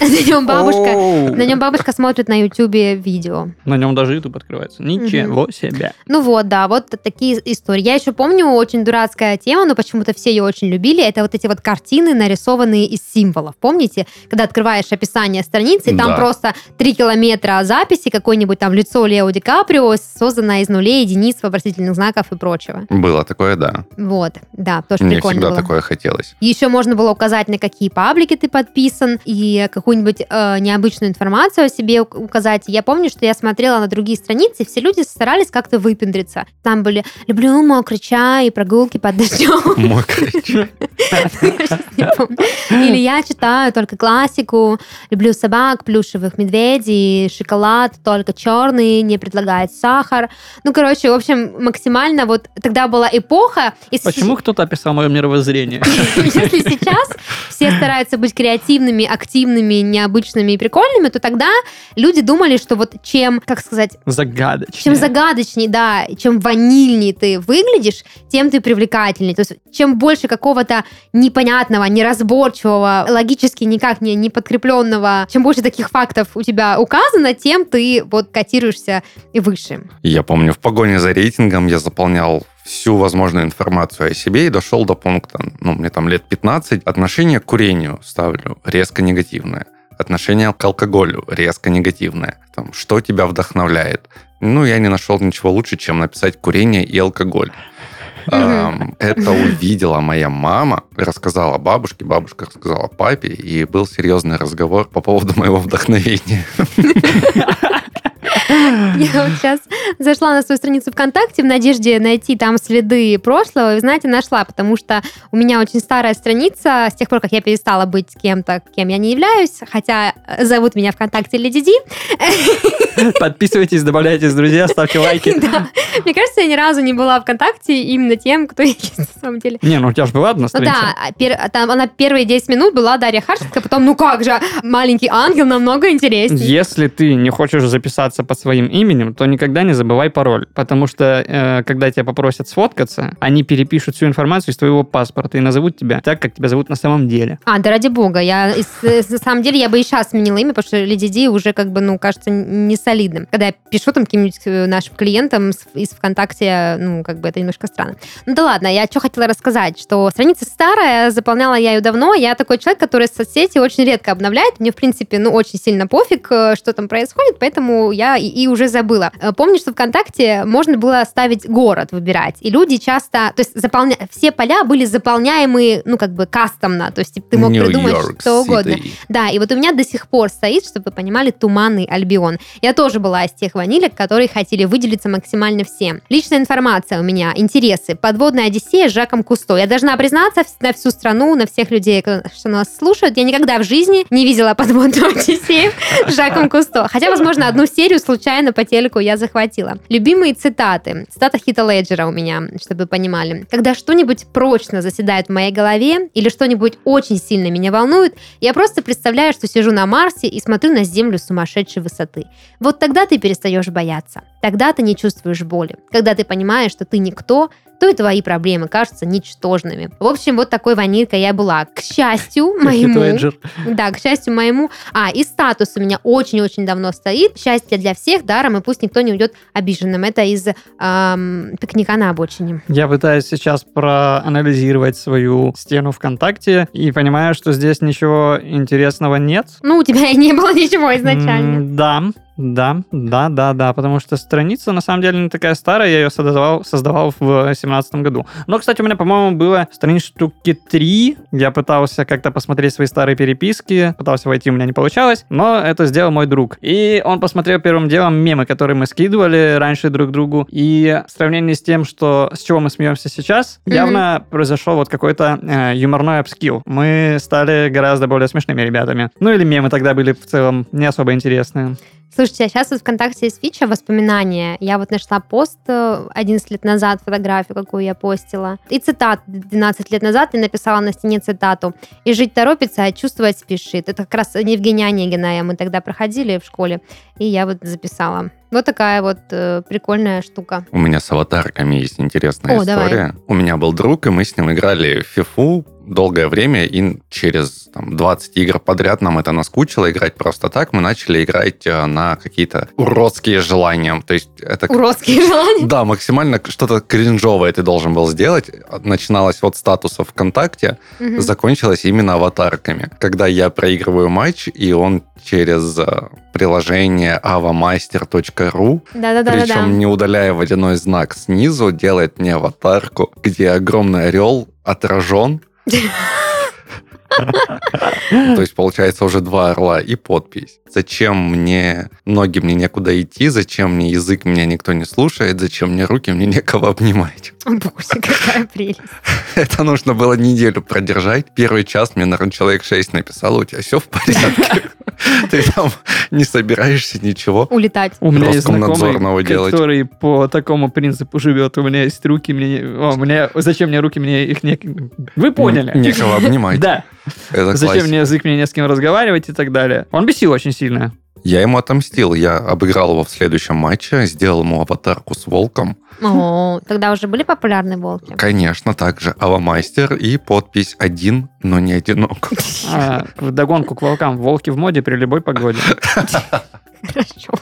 Speaker 1: [LAUGHS] на нем бабушка.
Speaker 3: Оу.
Speaker 1: На нем бабушка смотрит на Ютубе видео.
Speaker 3: На нем даже YouTube открывается. Ничего себе.
Speaker 1: Ну вот, да, вот такие истории. Я еще помню очень дурацкая тема, но почему-то все ее очень любили. Это вот эти вот картины, нарисованные из символов. Помните, когда открываешь описание страницы, и там
Speaker 2: Да.
Speaker 1: просто три километра записи, какое-нибудь там лицо Лео Ди Каприо, созданное из нулей, единиц, вопросительных знаков и прочего.
Speaker 2: Было такое, да.
Speaker 1: Вот, да, тоже
Speaker 2: Мне
Speaker 1: прикольно
Speaker 2: всегда
Speaker 1: было.
Speaker 2: такое хотелось.
Speaker 1: Еще можно было указать, на какие паблики ты ты подписан, и какую-нибудь э, необычную информацию о себе ук- указать. Я помню, что я смотрела на другие страницы, и все люди старались как-то выпендриться. Там были «люблю мокрый чай и прогулки под [LAUGHS] дождем».
Speaker 2: Мой короче.
Speaker 1: Сейчас не помню. Или я читаю только классику, люблю собак, плюшевых медведей, шоколад, только черный, не предлагает сахар. Ну, короче, в общем, максимально вот тогда была эпоха. Если
Speaker 3: Почему кто-то описал
Speaker 1: [LAUGHS]
Speaker 3: мое мировоззрение?
Speaker 1: Если сейчас все стараются быть креативными, активными, необычными и прикольными, то тогда люди думали, что вот чем, как сказать,
Speaker 3: Загадочно.
Speaker 1: чем загадочней, да, чем ванильней ты выглядишь, тем ты привлекательней. То есть чем больше какого-то непонятного, неразборчивого, логически никак не, не подкрепленного, чем больше таких фактов у тебя указано, тем ты вот котируешься и выше.
Speaker 2: Я помню, в погоне за рейтингом я заполнял всю возможную информацию о себе и дошел до пункта, ну, мне там лет 15, отношение к курению ставлю резко негативное, отношение к алкоголю резко негативное, там, что тебя вдохновляет. Ну, я не нашел ничего лучше, чем написать курение и алкоголь. Эм, Это увидела моя мама, рассказала бабушке, бабушка рассказала папе, и был серьезный разговор по поводу моего вдохновения.
Speaker 1: Я вот сейчас зашла на свою страницу ВКонтакте в надежде найти там следы прошлого, и, знаете, нашла, потому что у меня очень старая страница, с тех пор, как я перестала быть кем-то, кем я не являюсь, хотя э, зовут меня ВКонтакте Леди Ди,
Speaker 3: Подписывайтесь, добавляйтесь, друзья,
Speaker 1: [LAUGHS]
Speaker 3: ставьте лайки.
Speaker 1: Да. Мне кажется, я ни разу не была ВКонтакте именно тем, кто [LAUGHS] я есть на самом деле.
Speaker 3: Не, ну у тебя же была одна
Speaker 1: Ну да,
Speaker 3: страница.
Speaker 1: а пер- а там она первые 10 минут была Дарья Харченко, потом, ну как же, маленький ангел намного интереснее.
Speaker 3: Если ты не хочешь записаться под своим именем, то никогда не забывай пароль, потому что э, когда тебя попросят сфоткаться, они перепишут всю информацию из твоего паспорта и назовут тебя так, как тебя зовут на самом деле.
Speaker 1: А, да ради бога, я из- э, на самом деле я бы и сейчас сменила имя, потому что Леди Ди уже как бы, ну, кажется, н- не солидным. Когда я пишу там каким-нибудь э, нашим клиентам с- из ВКонтакте, ну, как бы это немножко странно. Ну да ладно, я что хотела рассказать, что страница старая, заполняла я ее давно, я такой человек, который соцсети очень редко обновляет, мне, в принципе, ну, очень сильно пофиг, э, что там происходит, поэтому я и, и уже забыла. Э, Помню, что ВКонтакте можно было ставить город выбирать, и люди часто, то есть заполня... все поля были заполняемы, ну, как бы кастомно, то есть типа, ты мог придумать
Speaker 2: Нью-Йорк
Speaker 1: что угодно.
Speaker 2: Сити.
Speaker 1: Да, и вот у меня до сих пор стоит, чтобы вы понимали, туманный Альбион. Я тоже была из тех ванилек, которые хотели выделиться максимально всем. Личная информация у меня, интересы, подводная Одиссея с Жаком Кусто. Я должна признаться вс- на всю страну, на всех людей, кто- что нас слушают, я никогда в жизни не видела подводную [LAUGHS] Одиссею с Жаком Кусто. Хотя, возможно, одну серию случайно по телеку я захватила. Любимые цитаты. Цитата Хита Леджера у меня, чтобы вы понимали. Когда что-нибудь прочно заседает в моей голове или что-нибудь очень сильно меня волнует, я просто представляю, что сижу на Марсе и смотрю на Землю с сумасшедшей высоты. Вот тогда ты перестаешь бояться. Тогда ты не чувствуешь боли. Когда ты понимаешь, что ты никто, то и твои проблемы кажутся ничтожными. В общем, вот такой ванилька я была. К счастью
Speaker 3: Как Хит
Speaker 1: моему...
Speaker 3: Леджер.
Speaker 1: Да, к счастью моему. А, и статус у меня очень-очень давно стоит. Счастье для всех, даром, и пусть никто не уйдет обиженным. Это из эм, пикника на обочине.
Speaker 3: Я пытаюсь сейчас проанализировать свою стену ВКонтакте и понимаю, что здесь ничего интересного нет.
Speaker 1: Ну, у тебя [LAUGHS] и не было ничего изначально.
Speaker 3: М, Да, да, да, да, да, потому что страница на самом деле не такая старая, я ее создавал, создавал в семнадцатом году. Но, кстати, у меня, по-моему, было страниц штуки три. Я пытался как-то посмотреть свои старые переписки, пытался войти, у меня не получалось, но это сделал мой друг. И он посмотрел первым делом мемы, которые мы скидывали раньше друг другу, и в сравнении с тем, что с чего мы смеемся сейчас,
Speaker 1: Мгм.
Speaker 3: явно произошел вот какой-то э, юморной апскил. Мы стали гораздо более смешными ребятами. Ну или мемы тогда были в целом не особо интересные.
Speaker 1: Слушайте, а сейчас вот ВКонтакте есть фича воспоминания. Я вот нашла пост э, 11 лет назад, фотографию, какую я постила. И цитат 12 лет назад я написала на стене цитату. «И жить торопится, а чувствовать спешит». Это как раз Евгения Онегина, а мы тогда проходили в школе, и я вот записала. Вот такая вот э, прикольная штука.
Speaker 2: У меня с аватарками есть интересная
Speaker 1: О, давай.
Speaker 2: история. У меня был друг, и мы с ним играли в фифу долгое время, и через там, 20 игр подряд нам это наскучило играть просто так. Мы начали играть э, на какие-то уродские желания. То есть это... как-
Speaker 1: Уродские желания.
Speaker 2: Да, максимально что-то кринжовое ты должен был сделать. Начиналось от статуса ВКонтакте,
Speaker 1: Мгм.
Speaker 2: закончилась именно аватарками. Когда я проигрываю матч, и он через э, приложение avamaster.ru
Speaker 1: Да-да-да-да-да.
Speaker 2: причем не удаляя водяной знак снизу,
Speaker 3: [LAUGHS]
Speaker 2: делает мне аватарку, где огромный орел отражен. То есть, получается, уже два орла и подпись. Зачем мне ноги, мне некуда идти, зачем мне язык, меня никто не слушает, зачем мне руки, мне некого обнимать. [LAUGHS]
Speaker 1: Боже, какая прелесть.
Speaker 2: Это нужно было неделю продержать. Первый час мне, наверное, человек 6 написал, у тебя все в
Speaker 3: [LAUGHS]
Speaker 2: порядке. [LAUGHS] Ты там не собираешься ничего.
Speaker 1: Улетать.
Speaker 2: [LAUGHS]
Speaker 3: У меня есть
Speaker 2: Роскомнадзорного
Speaker 3: знакомый,
Speaker 2: делать.
Speaker 3: который по такому принципу живет. У меня есть руки, мне... О, мне... Зачем мне руки, мне их не... Вы поняли?
Speaker 2: Н- Некого обнимать.
Speaker 3: Да.
Speaker 2: Это
Speaker 3: Зачем
Speaker 2: классика.
Speaker 3: мне язык, мне не с кем разговаривать и так далее. Он бесил очень сильно.
Speaker 2: Я ему отомстил. Я обыграл его в следующем матче, сделал ему аватарку с волком.
Speaker 1: О, тогда уже были популярны волки?
Speaker 2: Конечно, также Авамастер и подпись «Один, но не одинок».
Speaker 3: А, в догонку к волкам. Волки в моде при любой погоде.
Speaker 1: [LAUGHS] Хорошо.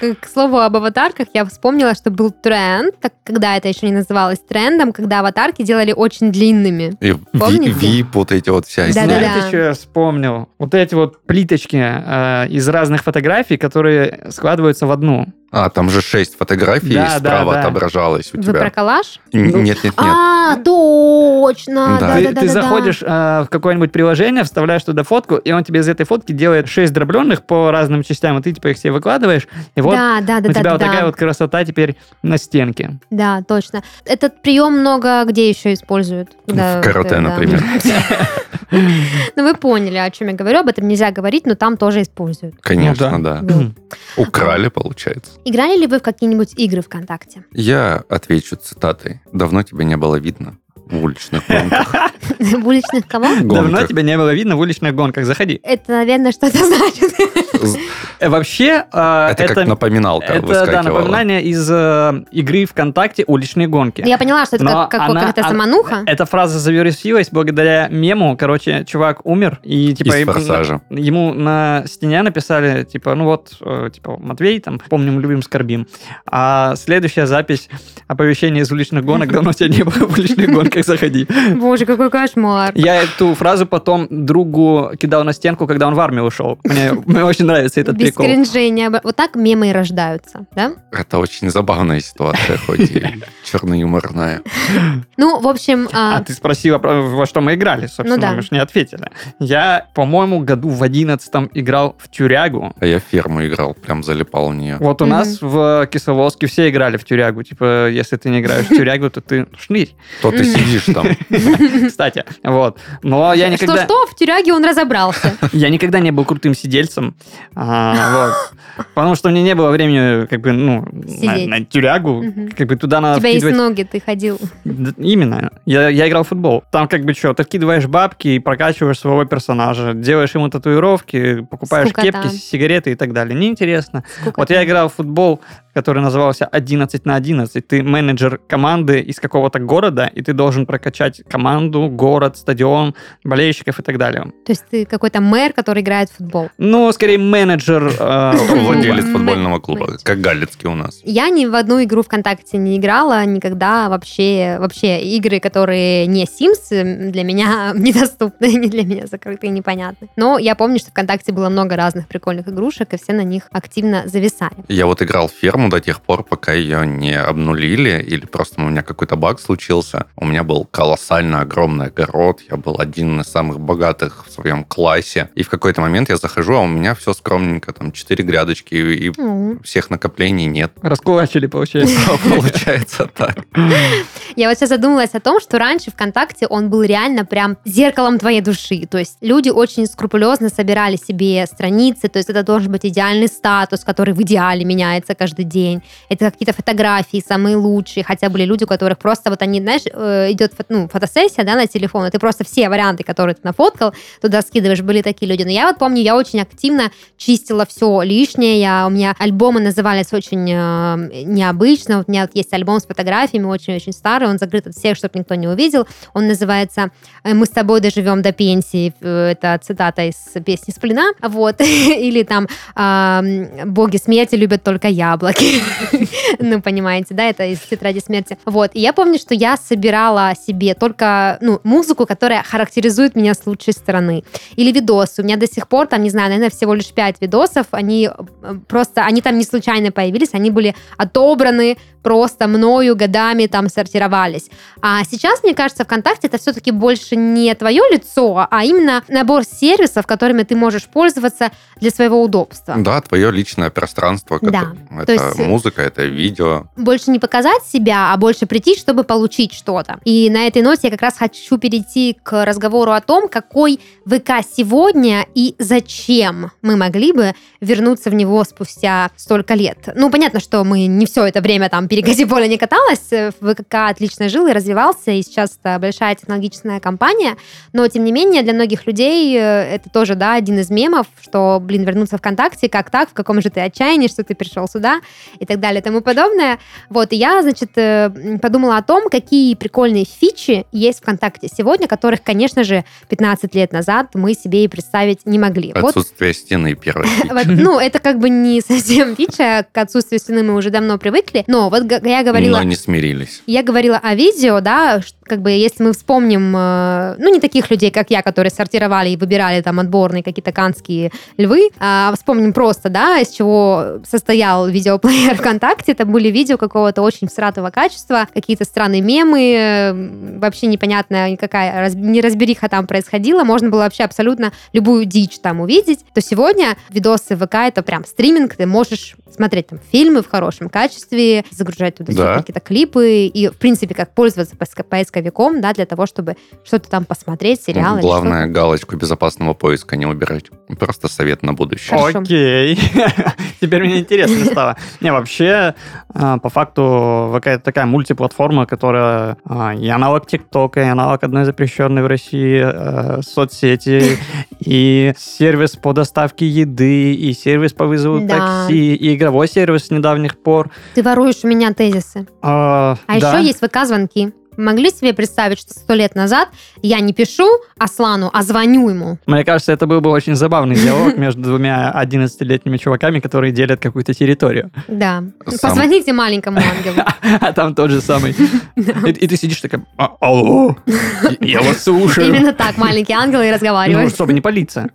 Speaker 1: К к слову об аватарках, я вспомнила, что был тренд, так когда это еще не называлось трендом, когда аватарки делали очень длинными.
Speaker 2: И
Speaker 1: Помните?
Speaker 2: ви, вип, вот эти вот вся
Speaker 1: Да-да-да.
Speaker 2: история.
Speaker 3: Знаете, что я вспомнил? Вот эти вот плиточки э, из разных фотографий, которые складываются в одну.
Speaker 2: А, там же шесть фотографий
Speaker 3: Да, да,
Speaker 2: справа
Speaker 3: да.
Speaker 2: отображалось у
Speaker 1: Вы
Speaker 2: тебя.
Speaker 1: про калаш?
Speaker 3: Ну,
Speaker 2: Нет-нет-нет.
Speaker 1: А, точно! Да,
Speaker 2: Да.
Speaker 3: ты
Speaker 1: А, да, да,
Speaker 3: ты
Speaker 1: да, да.
Speaker 3: заходишь э, в какое-нибудь приложение, вставляешь туда фотку, и он тебе из этой фотки делает 6 дробленных по разным частям, и ты типа их все выкладываешь, и вот
Speaker 1: Да, да, да, да,
Speaker 3: у тебя
Speaker 1: да,
Speaker 3: вот такая
Speaker 1: да.
Speaker 3: вот красота теперь на стенке.
Speaker 1: Да, точно. Этот прием много где еще используют. Да,
Speaker 2: Ну, В карате,
Speaker 1: да.
Speaker 2: например.
Speaker 1: [LAUGHS] Ну, вы поняли, о чем я говорю. Об этом нельзя говорить, но там тоже используют.
Speaker 2: Конечно,
Speaker 3: Ну
Speaker 2: да.
Speaker 1: Вот.
Speaker 2: Украли, получается.
Speaker 1: Играли ли вы в какие-нибудь игры ВКонтакте? [LAUGHS]
Speaker 2: Я отвечу цитатой. Давно тебя не было видно в
Speaker 3: [LAUGHS]
Speaker 2: уличных гонках.
Speaker 1: В уличных кого?
Speaker 3: [CLEARS THROAT] Давно
Speaker 2: Гонках.
Speaker 3: тебя не было видно в уличных гонках. Заходи.
Speaker 1: Это, наверное, что-то значит. [LAUGHS]
Speaker 3: Э, Вообще, э,
Speaker 2: Это как напоминалка
Speaker 3: это, да,
Speaker 2: выскакивала.
Speaker 3: напоминание из э, игры ВКонтакте «Уличные гонки».
Speaker 1: Я поняла, что это
Speaker 3: Но
Speaker 1: как- как-
Speaker 3: она-
Speaker 1: какая-то
Speaker 3: она-
Speaker 1: самануха.
Speaker 3: Эта фраза завирусилась благодаря мему. Короче, чувак умер, и типа...
Speaker 2: Из
Speaker 3: им-
Speaker 2: «Форсажа».
Speaker 3: Ему на стене написали, типа, ну вот, э, типа, Матвей, там, помним, любим, скорбим. А следующая запись оповещение из уличных гонок, давно тебя не было в уличных гонках, заходи.
Speaker 1: [LAUGHS] Боже, какой кошмар.
Speaker 3: Я эту фразу потом другу кидал на стенку, когда он в армию ушел. Мне, мне очень нравится этот
Speaker 1: Без
Speaker 3: прикол.
Speaker 1: кринжения. Вот так мемы и рождаются, да?
Speaker 2: Это очень забавная ситуация, хоть и черно-юморная.
Speaker 1: Ну, в общем, а,
Speaker 3: А ты спросила, про- во что мы играли, собственно,
Speaker 1: Ну да.
Speaker 3: мы же не ответили. Я, по-моему, году в одиннадцатом играл в тюрягу.
Speaker 2: А я в ферму играл, прям залипал в нее.
Speaker 3: Вот у
Speaker 1: Мгм.
Speaker 3: нас в Кисловодске все играли в тюрягу. Типа, если ты не играешь в тюрягу, то ты шнырь.
Speaker 2: То ты сидишь там.
Speaker 3: [LAUGHS] Кстати, вот. Но я никогда,
Speaker 1: что-что, в тюряге он разобрался.
Speaker 3: я никогда не был крутым сидельцем. А, вот.
Speaker 1: [LAUGHS]
Speaker 3: Потому что мне не было времени, как бы, ну, на,
Speaker 1: Сидеть.
Speaker 3: на тюрягу.
Speaker 1: Мгм.
Speaker 3: Как бы туда
Speaker 1: У
Speaker 3: надо
Speaker 1: тебя есть
Speaker 3: вкидывать
Speaker 1: ноги, ты ходил.
Speaker 3: Да, Именно. Я, я играл в футбол. Там как бы что, ты вкидываешь бабки и прокачиваешь своего персонажа, делаешь ему татуировки, покупаешь
Speaker 1: Скукота.
Speaker 3: кепки, сигареты и так далее. Неинтересно.
Speaker 1: Сколько
Speaker 3: Вот
Speaker 1: ты-
Speaker 3: я играл в футбол, который назывался 11 на 11. Ты менеджер команды из какого-то города, и ты должен прокачать команду, город, стадион, болельщиков и так далее.
Speaker 1: То есть ты какой-то мэр, который играет в футбол.
Speaker 3: Ну, скорее, менеджер... э,
Speaker 2: Владелец
Speaker 1: Мгм.
Speaker 2: футбольного клуба, как Галицкий у нас.
Speaker 1: Я ни в одну игру ВКонтакте не играла никогда вообще. Вообще игры, которые не Sims, м, для меня [LAUGHS] недоступны, они для меня закрыты и непонятны. Но я помню, что ВКонтакте было много разных прикольных игрушек, и все на них активно зависали.
Speaker 2: Я вот играл в ферму до тех пор, пока ее не обнулили, или просто у меня какой-то баг случился. У меня был колоссально огромный огород, я был один из самых богатых в своем классе. И в какой-то момент я захожу, а у меня все скромненько, там 4 грядочки, и и
Speaker 1: М.
Speaker 2: всех накоплений нет.
Speaker 3: [LAUGHS]
Speaker 2: [LAUGHS]
Speaker 3: Раскулачили, получается.
Speaker 2: Получается так.
Speaker 1: Я вот сейчас задумалась о том, что раньше ВКонтакте он был реально прям зеркалом твоей души. То есть люди очень скрупулезно собирали себе страницы, то есть это должен быть идеальный статус, который в идеале меняется каждый день. Это какие-то фотографии самые лучшие, хотя были люди, у которых просто вот они, знаешь, э, идет фо- ну, фотосессия да, на телефон, и ты просто все варианты, которые ты нафоткал, туда скидываешь, были такие люди. Но я вот помню, я очень активно чистила все лишнее. Я, у меня альбомы назывались очень э, необычно. Вот у меня вот есть альбом с фотографиями, очень-очень старый. Он закрыт от всех, чтобы никто не увидел. Он называется э, «Мы с тобой доживем до пенсии». Э, Это цитата из песни «Сплина». Вот. [LAUGHS] Или там а, м, «Боги смерти любят только яблоки». [LAUGHS] Ну, понимаете, да, это из тетради смерти. Вот. И я помню, что я собирала себе только ну, музыку, которая характеризует меня с лучшей стороны. Или видосы. У меня до сих пор, там, не знаю, наверное, всего лишь 5 видосов. Они э, просто, они там не случайно появились, они были отобраны просто мною годами, там, сортировались развивались. А сейчас, мне кажется, ВКонтакте это все-таки больше не твое лицо, а именно набор сервисов, которыми ты можешь пользоваться для своего удобства.
Speaker 2: Да, твое личное пространство.
Speaker 1: Да.
Speaker 2: Это
Speaker 1: То есть-
Speaker 2: музыка, это видео.
Speaker 1: Больше не показать себя, а больше прийти, чтобы получить что-то. И на этой ноте я как раз хочу перейти к разговору о том, какой ВК сегодня и зачем мы могли бы вернуться в него спустя столько лет. Ну, понятно, что мы не все это время там перекати поле не каталось, э, ВК отлично жил и развивался, и сейчас это большая технологичная компания, но, тем не менее, для многих людей э, это тоже, да, один из мемов, что, блин, вернуться ВКонтакте, как так, в каком же ты отчаянии, что ты пришел сюда, и так далее, и тому подобное. Вот, и я, значит, э, м, подумала о том, какие прикольные фичи есть ВКонтакте сегодня, которых, конечно же, 15 лет назад мы себе и представить не могли.
Speaker 2: А
Speaker 1: Вот
Speaker 2: Отсутствие
Speaker 1: [LAUGHS]
Speaker 2: стены первой. фичи.
Speaker 1: вот, ну, это как бы не совсем [LAUGHS] фича, к отсутствию стены мы уже давно привыкли. Но вот г- я говорила...
Speaker 2: Но не смирились.
Speaker 1: Я говорила о видео, да, ш- как бы если мы вспомним, э, ну, не таких людей, как я, которые сортировали и выбирали там отборные какие-то канские львы, а вспомним просто, да, из чего состоял видеоплеер [LAUGHS] ВКонтакте, это были видео какого-то очень всратого качества, какие-то странные мемы, э, вообще непонятная какая раз- неразбериха там происходила, можно было вообще абсолютно любую дичь там увидеть, то сегодня видосы в ВК это прям стриминг, ты можешь смотреть там фильмы в хорошем качестве, загружать туда
Speaker 2: Да.
Speaker 1: всякие какие-то клипы и, в принципе, как пользоваться поиск- поисковиком, да, для того, чтобы что-то там посмотреть, сериал или
Speaker 2: Главное, галочку безопасного поиска не убирать. Просто совет на будущее.
Speaker 1: О. Хорошо.
Speaker 3: Окей. [LAUGHS] Теперь мне интересно стало. Не, вообще, а, по факту, ВК это такая мультиплатформа, которая а, и аналог ТикТока, и аналог одной запрещенной в России а,
Speaker 1: [LAUGHS]
Speaker 3: соцсети, и сервис по доставке еды, и сервис по вызову
Speaker 1: Да.
Speaker 3: такси, и игровой сервис с недавних пор.
Speaker 1: что-то. Ты воруешь у меня тезисы.
Speaker 3: А
Speaker 1: А
Speaker 3: да.
Speaker 1: еще есть ВК-звонки. Могли себе представить, что сто лет назад я не пишу Аслану, а звоню ему?
Speaker 3: Мне кажется, это был бы очень забавный диалог между двумя 11-летними чуваками, которые делят какую-то территорию.
Speaker 1: Да.
Speaker 2: Сам.
Speaker 1: Позвоните маленькому
Speaker 3: [LAUGHS]
Speaker 1: ангелу.
Speaker 3: А там тот
Speaker 1: [LAUGHS]
Speaker 3: же самый. И, и ты сидишь такая, «А, алло, я вас слушаю.
Speaker 1: Именно так маленький ангел и
Speaker 3: Ну,
Speaker 1: разговаривает.
Speaker 3: чтобы не палиться.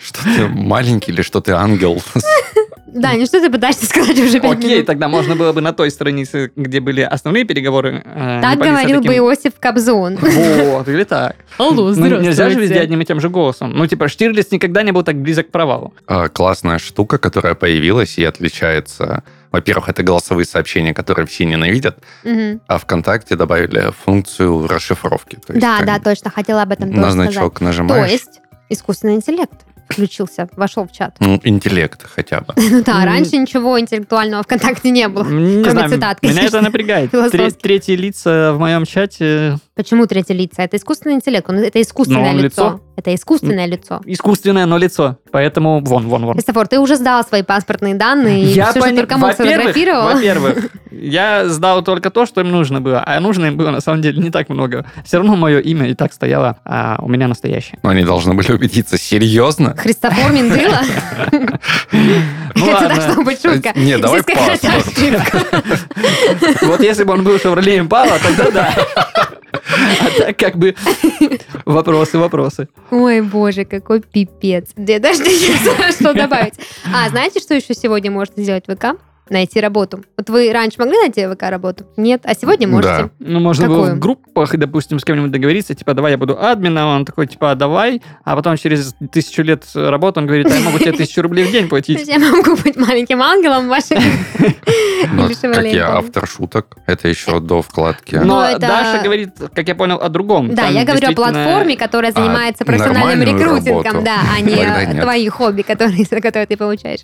Speaker 2: Что ты маленький или что ты ангел? [LAUGHS]
Speaker 1: Да, ну что ты пытаешься сказать уже пять
Speaker 3: Окей,
Speaker 1: минут?
Speaker 3: тогда можно было бы на той странице, где были основные переговоры. э, не
Speaker 1: Так
Speaker 3: палиться
Speaker 1: говорил бы
Speaker 3: таким.
Speaker 1: Иосиф
Speaker 3: [LAUGHS]
Speaker 1: Кобзон.
Speaker 3: Вот, или так.
Speaker 1: [LAUGHS] Алло,
Speaker 3: Ну, нельзя же
Speaker 1: здравствуйте.
Speaker 3: везде одним и тем же голосом. Ну, типа, Штирлиц никогда не был так близок к провалу.
Speaker 2: А, Классная штука, которая появилась и отличается. Во-первых, это голосовые сообщения, которые все ненавидят,
Speaker 1: Мгм.
Speaker 2: а ВКонтакте добавили функцию расшифровки. То есть
Speaker 1: Да,
Speaker 2: ты
Speaker 1: да, точно, хотела об этом тоже
Speaker 2: На
Speaker 1: сказать.
Speaker 2: значок
Speaker 1: То
Speaker 2: нажимаешь.
Speaker 1: есть искусственный интеллект включился, вошел в чат. [LAUGHS]
Speaker 2: Ну, интеллект хотя бы.
Speaker 1: Ну да,
Speaker 3: М.
Speaker 1: раньше ничего интеллектуального ВКонтакте не было.
Speaker 3: Не
Speaker 1: кроме
Speaker 3: знаю,
Speaker 1: цитат,
Speaker 3: меня
Speaker 1: конечно,
Speaker 3: это
Speaker 1: [LAUGHS]
Speaker 3: напрягает. Тре-
Speaker 1: философских.
Speaker 3: Третьи лица в моем чате э,
Speaker 1: Почему третье лицо? Это искусственный интеллект, он, это искусственное
Speaker 3: он
Speaker 1: лицо.
Speaker 3: лицо.
Speaker 1: Это искусственное лицо.
Speaker 3: искусственное, но лицо. Поэтому вон, вон, вон.
Speaker 1: Христофор, ты уже сдал свои паспортные
Speaker 3: [LAUGHS]
Speaker 1: данные и все, что
Speaker 3: пони-
Speaker 1: только мог,
Speaker 3: во-первых,
Speaker 1: сфотографировал.
Speaker 3: Во-первых, я сдал только то, что им нужно было. А нужно им было, на самом деле, не так много. Все равно мое имя и так стояло а, у меня
Speaker 1: [LAUGHS]
Speaker 3: настоящее.
Speaker 2: Но они должны были убедиться. Серьезно?
Speaker 1: Христофор [LAUGHS] Миндыла?
Speaker 3: [LAUGHS]
Speaker 1: Это
Speaker 3: Ну ладно.
Speaker 1: должна быть шутка.
Speaker 2: Не, давай
Speaker 1: Здесь какая-то
Speaker 2: паспорт.
Speaker 1: ошибка.
Speaker 3: Вот если бы он был Шевролеем Павла, тогда да.
Speaker 1: [LAUGHS]
Speaker 3: А так как бы вопросы, вопросы.
Speaker 1: Ой, боже, какой пипец. [LAUGHS] Я даже не знаю, что добавить. А знаете, что еще сегодня можно сделать ВК? Найти работу. Вот вы раньше могли найти ВК работу? Нет, а сегодня можете.
Speaker 3: Ну, можно было
Speaker 1: Какую?
Speaker 3: в группах, допустим, с кем-нибудь договориться, типа, давай я буду админом, он такой, типа, «А, давай, а потом через тысячу лет работы он говорит, а я могу тебе тысячу рублей в день
Speaker 1: То
Speaker 3: платить.
Speaker 1: есть [LAUGHS] Я могу быть маленьким ангелом
Speaker 3: [LAUGHS]
Speaker 1: вашим.
Speaker 2: Но,
Speaker 1: [LAUGHS]
Speaker 3: Ну,
Speaker 1: Или
Speaker 2: Ну, как я
Speaker 1: шевролетом.
Speaker 2: автор шуток, это еще до вкладки.
Speaker 1: Ну,
Speaker 3: Но
Speaker 1: Но это-
Speaker 3: Даша говорит, как я понял, о другом.
Speaker 1: Да,
Speaker 3: Там
Speaker 1: я говорю о
Speaker 3: действительно-
Speaker 1: платформе, которая занимается
Speaker 2: А,
Speaker 1: профессиональным
Speaker 2: нормальную
Speaker 1: рекрутингом,
Speaker 2: работу.
Speaker 1: да, а не
Speaker 2: Тогда
Speaker 1: э,
Speaker 2: нет.
Speaker 1: твои хобби, которые, [LAUGHS] за которые ты получаешь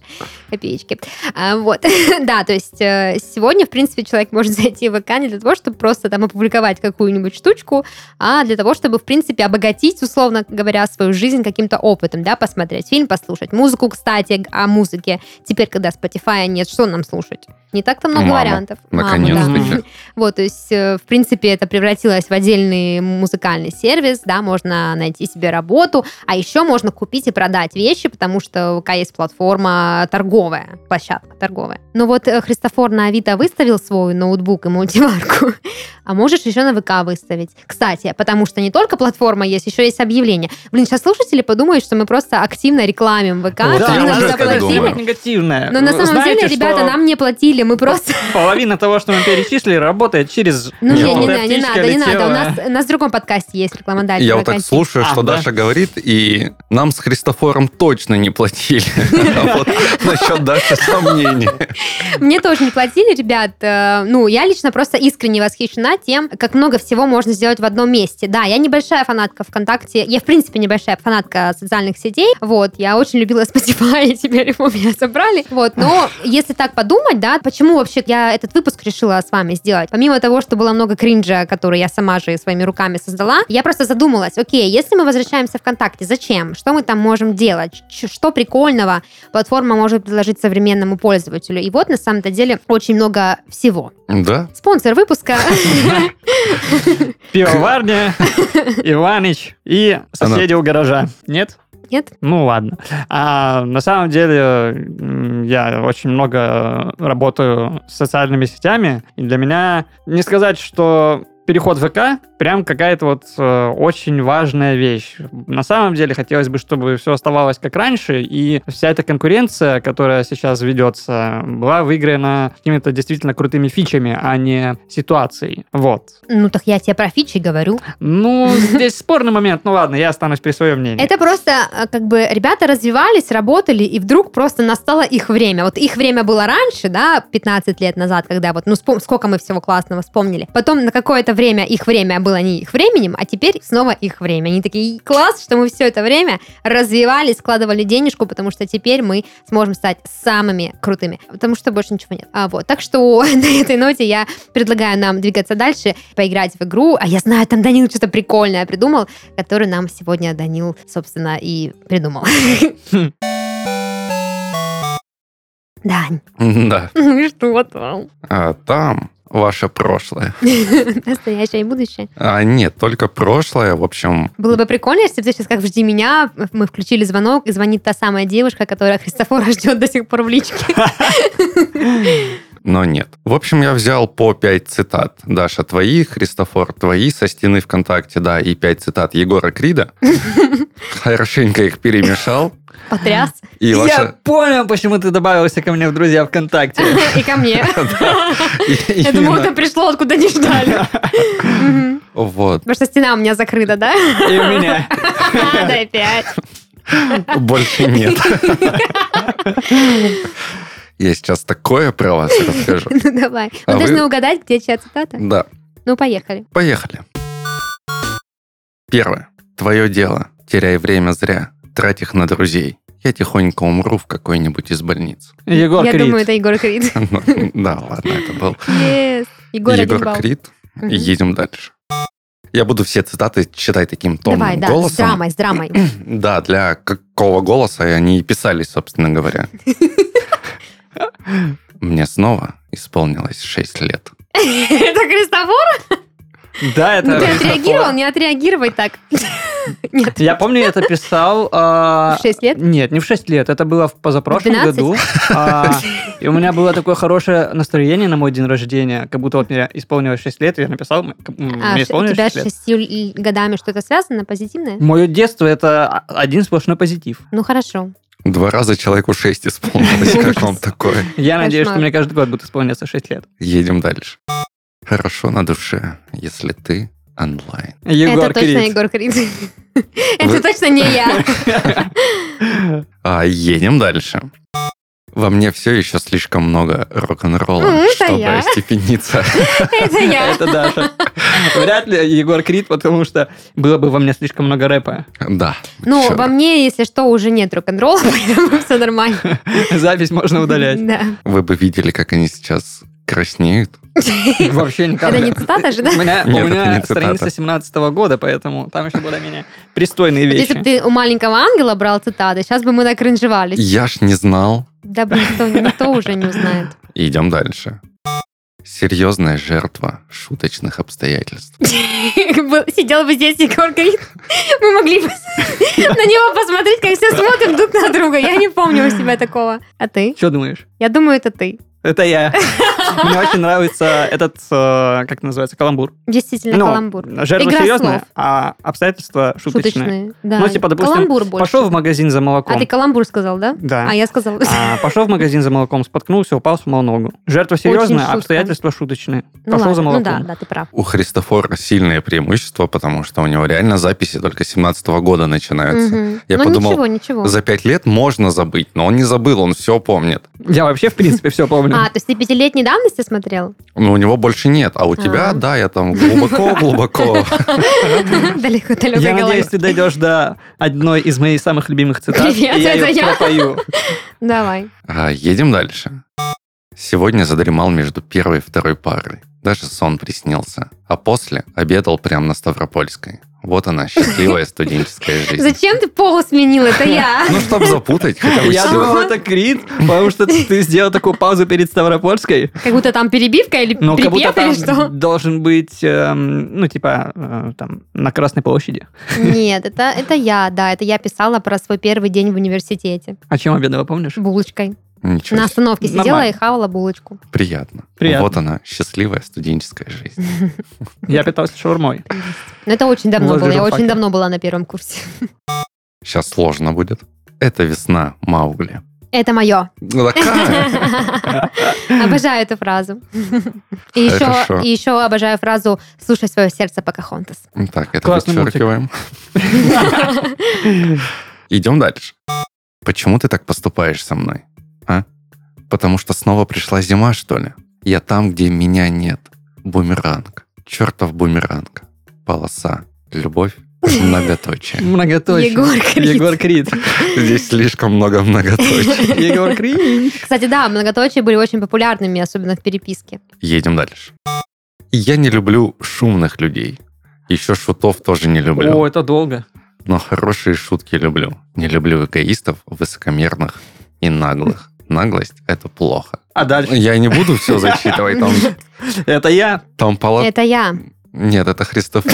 Speaker 1: копеечки. А, вот, [LAUGHS] да, то есть э, сегодня, в принципе, человек может [LAUGHS] зайти в ВК не для того, чтобы просто там опубликовать какую-нибудь штучку, а для того, чтобы, в принципе, обогатить, условно говоря, свою жизнь каким-то опытом, да, посмотреть фильм, послушать музыку, кстати, о музыке. Теперь, когда Spotify нет, что нам слушать? Не так-то много
Speaker 2: Маму.
Speaker 1: вариантов. Маму, да.
Speaker 2: Наконец-таки.
Speaker 1: [LAUGHS] Вот, то есть, э, в принципе, это превратилось в отдельный музыкальный сервис, да, можно найти себе работу, а еще можно купить и продать вещи, потому что у ВК есть платформа торговая, площадка торговая. Ну вот э, Христофор на Авито выставил свой ноутбук и мультиварку, [LAUGHS] а можешь еще на ВК выставить. Кстати, потому что не только платформа есть, еще есть объявление. Блин, сейчас слушатели подумают, что мы просто активно рекламим ВК,
Speaker 2: Вот
Speaker 1: что
Speaker 2: я
Speaker 1: они нам
Speaker 2: уже так
Speaker 1: заплатили.
Speaker 2: думаю.
Speaker 3: негативное.
Speaker 1: Но на самом
Speaker 3: Знаете,
Speaker 1: деле, ребята,
Speaker 3: что
Speaker 1: нам не платили, мы просто...
Speaker 3: Половина того, что мы перечислили, работает через...
Speaker 1: Ну, не,
Speaker 2: Нет,
Speaker 1: не,
Speaker 2: вот
Speaker 1: не, не
Speaker 3: Птичка
Speaker 1: надо, не надо.
Speaker 3: летела.
Speaker 1: У нас, у нас в другом подкасте есть рекламодатель.
Speaker 2: Я вот так
Speaker 1: Вакансии.
Speaker 2: слушаю,
Speaker 3: А,
Speaker 2: что
Speaker 3: да.
Speaker 2: Даша говорит, и нам с Христофором точно не
Speaker 1: [LAUGHS]
Speaker 2: платили. А вот насчет Даши сомнений.
Speaker 1: Мне тоже не платили, ребят. Э, Ну, я лично просто искренне восхищена тем, как много всего можно сделать в одном месте. Да, я небольшая фанатка ВКонтакте. Я, в принципе, небольшая фанатка социальных сетей. Вот, я очень любила [LAUGHS] Spotify, и теперь его у меня собрали. Вот, но если так подумать, да, почему вообще я этот выпуск решила с вами сделать? Помимо того, что было много кринжа, который я сама же своими руками создала, я просто задумалась, окей, если мы возвращаемся ВКонтакте, зачем? Что мы там можем делать? Ч- Что прикольного платформа может предложить современному пользователю. И вот на самом-то деле очень много всего.
Speaker 2: Да?
Speaker 1: Спонсор выпуска
Speaker 3: Пивоварня, Иваныч и соседи у гаража. Нет?
Speaker 1: нет?
Speaker 3: Ну ладно. А на самом деле м, я очень много работаю с социальными сетями, и для меня не сказать, что переход в ВК прям какая-то вот э, очень важная вещь. На самом деле хотелось бы, чтобы все оставалось как раньше, и вся эта конкуренция, которая сейчас ведется, была выиграна какими-то действительно крутыми фичами, а не ситуацией. Вот.
Speaker 1: Ну так я тебе про фичи говорю.
Speaker 3: Ну, здесь спорный момент. Ну ладно, я останусь при своем мнении.
Speaker 1: Это просто э, как бы ребята развивались, работали, и вдруг просто настало их время. Вот их время было раньше, да, 15 лет назад, когда вот, ну спо- сколько мы всего классного вспомнили. Потом на какое-то время их время было не их временем, а теперь снова их время. Они такие, класс, что мы все это время развивались, складывали денежку, потому что теперь мы сможем стать самыми крутыми, потому что больше ничего нет. А, вот. Так что [LAUGHS] на этой ноте я предлагаю нам двигаться дальше, поиграть в игру. А я знаю, там Данил что-то прикольное придумал, который нам сегодня Данил, собственно, и придумал. Хм. Дань,
Speaker 2: Да.
Speaker 1: [LAUGHS] ну что там?
Speaker 2: А там ваше прошлое.
Speaker 1: Настоящее и будущее.
Speaker 2: А нет, только прошлое, в общем,
Speaker 1: Было бы прикольно, если бы ты сейчас как «Жди меня», мы включили звонок, и звонит та самая девушка, которая Христофора [LAUGHS] ждет до сих пор в личке.
Speaker 2: но нет. В общем, я взял по 5 цитат. Даша, твои, Христофор, твои со стены ВКонтакте, да, и 5 цитат
Speaker 1: [LAUGHS]
Speaker 2: Егора Крида. Хорошенько их перемешал.
Speaker 1: Потряс.
Speaker 2: И
Speaker 3: Я
Speaker 2: ваша... [LAUGHS]
Speaker 3: понял, почему ты добавился ко мне в друзья ВКонтакте.
Speaker 1: [LAUGHS] И ко мне.
Speaker 2: и-
Speaker 1: Я думала,
Speaker 2: именно-
Speaker 1: это пришло откуда не ждали. Мгм.
Speaker 2: Вот.
Speaker 1: [LAUGHS] Потому что стена у меня закрыта, [LAUGHS] да?
Speaker 3: И у меня.
Speaker 1: Да, опять. [LAUGHS]
Speaker 2: Больше нет. Я сейчас такое про вас расскажу.
Speaker 1: Ну, давай.
Speaker 2: А
Speaker 1: Мы
Speaker 2: вы-
Speaker 1: должны угадать, где чья цитата.
Speaker 2: Да,
Speaker 1: Ну, поехали.
Speaker 2: поехали. Первое. Твое дело. Теряй время зря. Трать их на друзей. Я тихонько умру в какой-нибудь из больниц. [LAUGHS]
Speaker 3: Егор
Speaker 1: Я
Speaker 3: Крид.
Speaker 1: думаю, это Егор Крид.
Speaker 2: Ну, Да, ладно, это был
Speaker 1: Yes. Егор, один
Speaker 2: Егор
Speaker 1: балл.
Speaker 2: Крид.
Speaker 1: Мгм.
Speaker 2: Едем дальше. Я буду все цитаты читать таким
Speaker 1: Давай,
Speaker 2: томным
Speaker 1: да, с
Speaker 2: голосом.
Speaker 1: драмой, с драмой.
Speaker 2: Да, для какого голоса и они и писались, собственно говоря. Мне снова исполнилось 6 лет.
Speaker 1: Это Христофор?
Speaker 3: Да, это...
Speaker 1: Ну, ты
Speaker 3: Христофор.
Speaker 1: отреагировал, не отреагировай так. Нет,
Speaker 3: [LAUGHS] Я помню, я это писал... а,
Speaker 1: [LAUGHS] в 6 лет.
Speaker 3: Нет, не в 6 лет, это было в позапрошлом
Speaker 1: 12?
Speaker 3: году. А, И у меня было такое хорошее настроение на мой день рождения, как будто вот мне исполнилось 6 лет, и я написал, м, к- м,
Speaker 1: А ш-
Speaker 3: мне
Speaker 1: у
Speaker 3: исполнилось
Speaker 1: тебя
Speaker 3: 6
Speaker 1: с
Speaker 3: лет.
Speaker 1: шестью л- годами что-то связано позитивное?
Speaker 3: Мое детство — это о- один сплошной позитив.
Speaker 1: Ну, хорошо.
Speaker 2: Два раза человеку 6 исполнилось. Как вам такое?
Speaker 3: Я надеюсь,
Speaker 1: Кошмар.
Speaker 3: что мне каждый год будет исполняться 6 лет.
Speaker 2: Едем дальше. Хорошо на душе, если ты онлайн.
Speaker 3: Егор
Speaker 1: Это точно
Speaker 3: Крид.
Speaker 1: Егор
Speaker 3: [LAUGHS]
Speaker 1: Крид. Это точно не я.
Speaker 2: А едем дальше. Во мне все еще слишком много рок-н-ролла,
Speaker 1: Ну, это
Speaker 2: чтобы
Speaker 1: я.
Speaker 2: остепениться. [LAUGHS]
Speaker 1: Это я.
Speaker 3: Это Даша. Вряд ли Егор Крид, потому что было бы во мне слишком много рэпа.
Speaker 2: Да.
Speaker 1: Ну,
Speaker 2: чёрт.
Speaker 1: во мне, если что, уже нет рок-н-ролла, [LAUGHS] поэтому все нормально.
Speaker 3: Запись можно удалять.
Speaker 1: Да.
Speaker 2: Вы бы видели, как они сейчас краснеют.
Speaker 3: Вообще никак.
Speaker 1: Это не цитата же, да?
Speaker 3: У меня, у
Speaker 2: Нет, это
Speaker 3: меня
Speaker 2: не цитата.
Speaker 3: страница 17 года, поэтому там еще более-менее пристойные
Speaker 1: Вот Если бы
Speaker 3: вещи.
Speaker 1: ты у маленького ангела брал цитаты, сейчас бы мы накринжевались.
Speaker 2: Я ж не знал.
Speaker 1: Да, блин, никто, никто уже не узнает.
Speaker 2: Идем дальше. Серьезная жертва шуточных обстоятельств.
Speaker 1: Был- Сидел бы здесь Егор Крид, мы могли бы на него посмотреть, как все смотрят друг на друга. Я не помню у себя такого. А ты?
Speaker 3: Что думаешь?
Speaker 1: Я думаю, это ты.
Speaker 3: Это я. Мне очень нравится этот, э, как это называется, каламбур.
Speaker 1: Действительно,
Speaker 3: Ну,
Speaker 1: каламбур.
Speaker 3: Жертва
Speaker 1: Игра
Speaker 3: серьезная,
Speaker 1: слов.
Speaker 3: а обстоятельства шуточные.
Speaker 1: Шуточные. Да.
Speaker 3: Ну, типа, допустим,
Speaker 1: каламбур больше.
Speaker 3: Пошел в магазин за
Speaker 1: А
Speaker 3: молоком.
Speaker 1: ты каламбур сказал, да?
Speaker 3: Да.
Speaker 1: А я сказала.
Speaker 3: А, пошел в магазин за молоком, споткнулся, упал, сломал ногу. Жертва серьезная,
Speaker 1: шутка.
Speaker 3: обстоятельства шуточные.
Speaker 1: [LAUGHS] Ну
Speaker 3: пошел
Speaker 1: ладно,
Speaker 3: за
Speaker 1: Ну
Speaker 3: молоком.
Speaker 1: да, да, ты прав.
Speaker 2: У Христофора сильное преимущество, потому что у него реально записи только 17 года начинаются.
Speaker 1: Мгм.
Speaker 2: Я
Speaker 1: Ну
Speaker 2: подумал,
Speaker 1: ничего, ничего.
Speaker 2: За пять лет можно забыть, но он не забыл, он все помнит.
Speaker 3: Я вообще, в принципе, все помню.
Speaker 1: А, то есть ты пятилетней давности смотрел?
Speaker 2: Но у него больше нет, а у тебя,
Speaker 1: А.
Speaker 2: да, я там глубоко-глубоко.
Speaker 1: [LAUGHS] Далеко, далеко
Speaker 3: Я надеюсь, ты дойдешь до одной из моих самых любимых цитат, и
Speaker 1: Привет,
Speaker 3: я
Speaker 1: это я.
Speaker 3: ее пропою.
Speaker 1: Давай.
Speaker 2: А, Едем дальше. Сегодня задремал между первой и второй парой. Даже сон приснился. А после обедал прямо на Ставропольской. Вот она, счастливая студенческая жизнь.
Speaker 1: Зачем ты пол сменил? Это я.
Speaker 2: Ну, чтобы запутать хотя бы
Speaker 3: Я
Speaker 2: себя.
Speaker 3: думал, это крит, потому что ты сделал такую паузу перед Ставропольской.
Speaker 1: Как будто там перебивка или
Speaker 3: Ну, как будто
Speaker 1: припев или что?
Speaker 3: там должен быть, эм, ну, типа, э, там, на Красной площади.
Speaker 1: [LAUGHS] Нет, это, это я, да. Это я писала про свой первый день в университете.
Speaker 3: А чем обедала, помнишь?
Speaker 1: Булочкой.
Speaker 2: Ничего
Speaker 1: На
Speaker 2: себе,
Speaker 1: остановке сидела
Speaker 3: Нормально.
Speaker 1: и хавала булочку.
Speaker 2: приятно.
Speaker 3: Приятно.
Speaker 2: Вот она, счастливая студенческая жизнь.
Speaker 3: Я питался шаурмой.
Speaker 1: Но это очень давно
Speaker 3: Возле
Speaker 1: было. Я
Speaker 3: журфака.
Speaker 1: очень давно была на первом курсе. [LAUGHS]
Speaker 2: Сейчас сложно будет. Это весна, Маугли.
Speaker 1: Это мое.
Speaker 2: Ну, такая.
Speaker 1: [LAUGHS] Обожаю эту фразу. [LAUGHS] И
Speaker 2: Хорошо.
Speaker 1: еще, и еще обожаю фразу «слушай свое сердце, Покахонтас».
Speaker 2: Так, это
Speaker 3: Классный мультик.
Speaker 2: вычеркиваем. Идем дальше. Почему ты так поступаешь со мной? А? Потому что снова пришла зима, что ли? Я там, где меня нет. Бумеранг. Чертов бумеранг. Полоса. Любовь. Многоточие.
Speaker 3: Многоточие.
Speaker 1: Егор Крид.
Speaker 3: Егор
Speaker 1: [LAUGHS]
Speaker 3: Крид.
Speaker 2: Здесь слишком много многоточий.
Speaker 3: Егор Крид.
Speaker 1: Кстати, да, многоточие были очень популярными, особенно в переписке.
Speaker 2: Едем дальше. Я не люблю шумных людей. Еще шутов тоже не люблю.
Speaker 3: О, это долго.
Speaker 2: но хорошие шутки люблю. Не люблю эгоистов, высокомерных и наглых. Наглость — это плохо.
Speaker 3: А дальше?
Speaker 2: Я не буду
Speaker 3: [LAUGHS]
Speaker 2: все зачитывать, там,
Speaker 3: Это я.
Speaker 2: там пола...
Speaker 1: Это я. [LAUGHS]
Speaker 2: Нет, это
Speaker 3: [COUGHS]
Speaker 2: Христофор.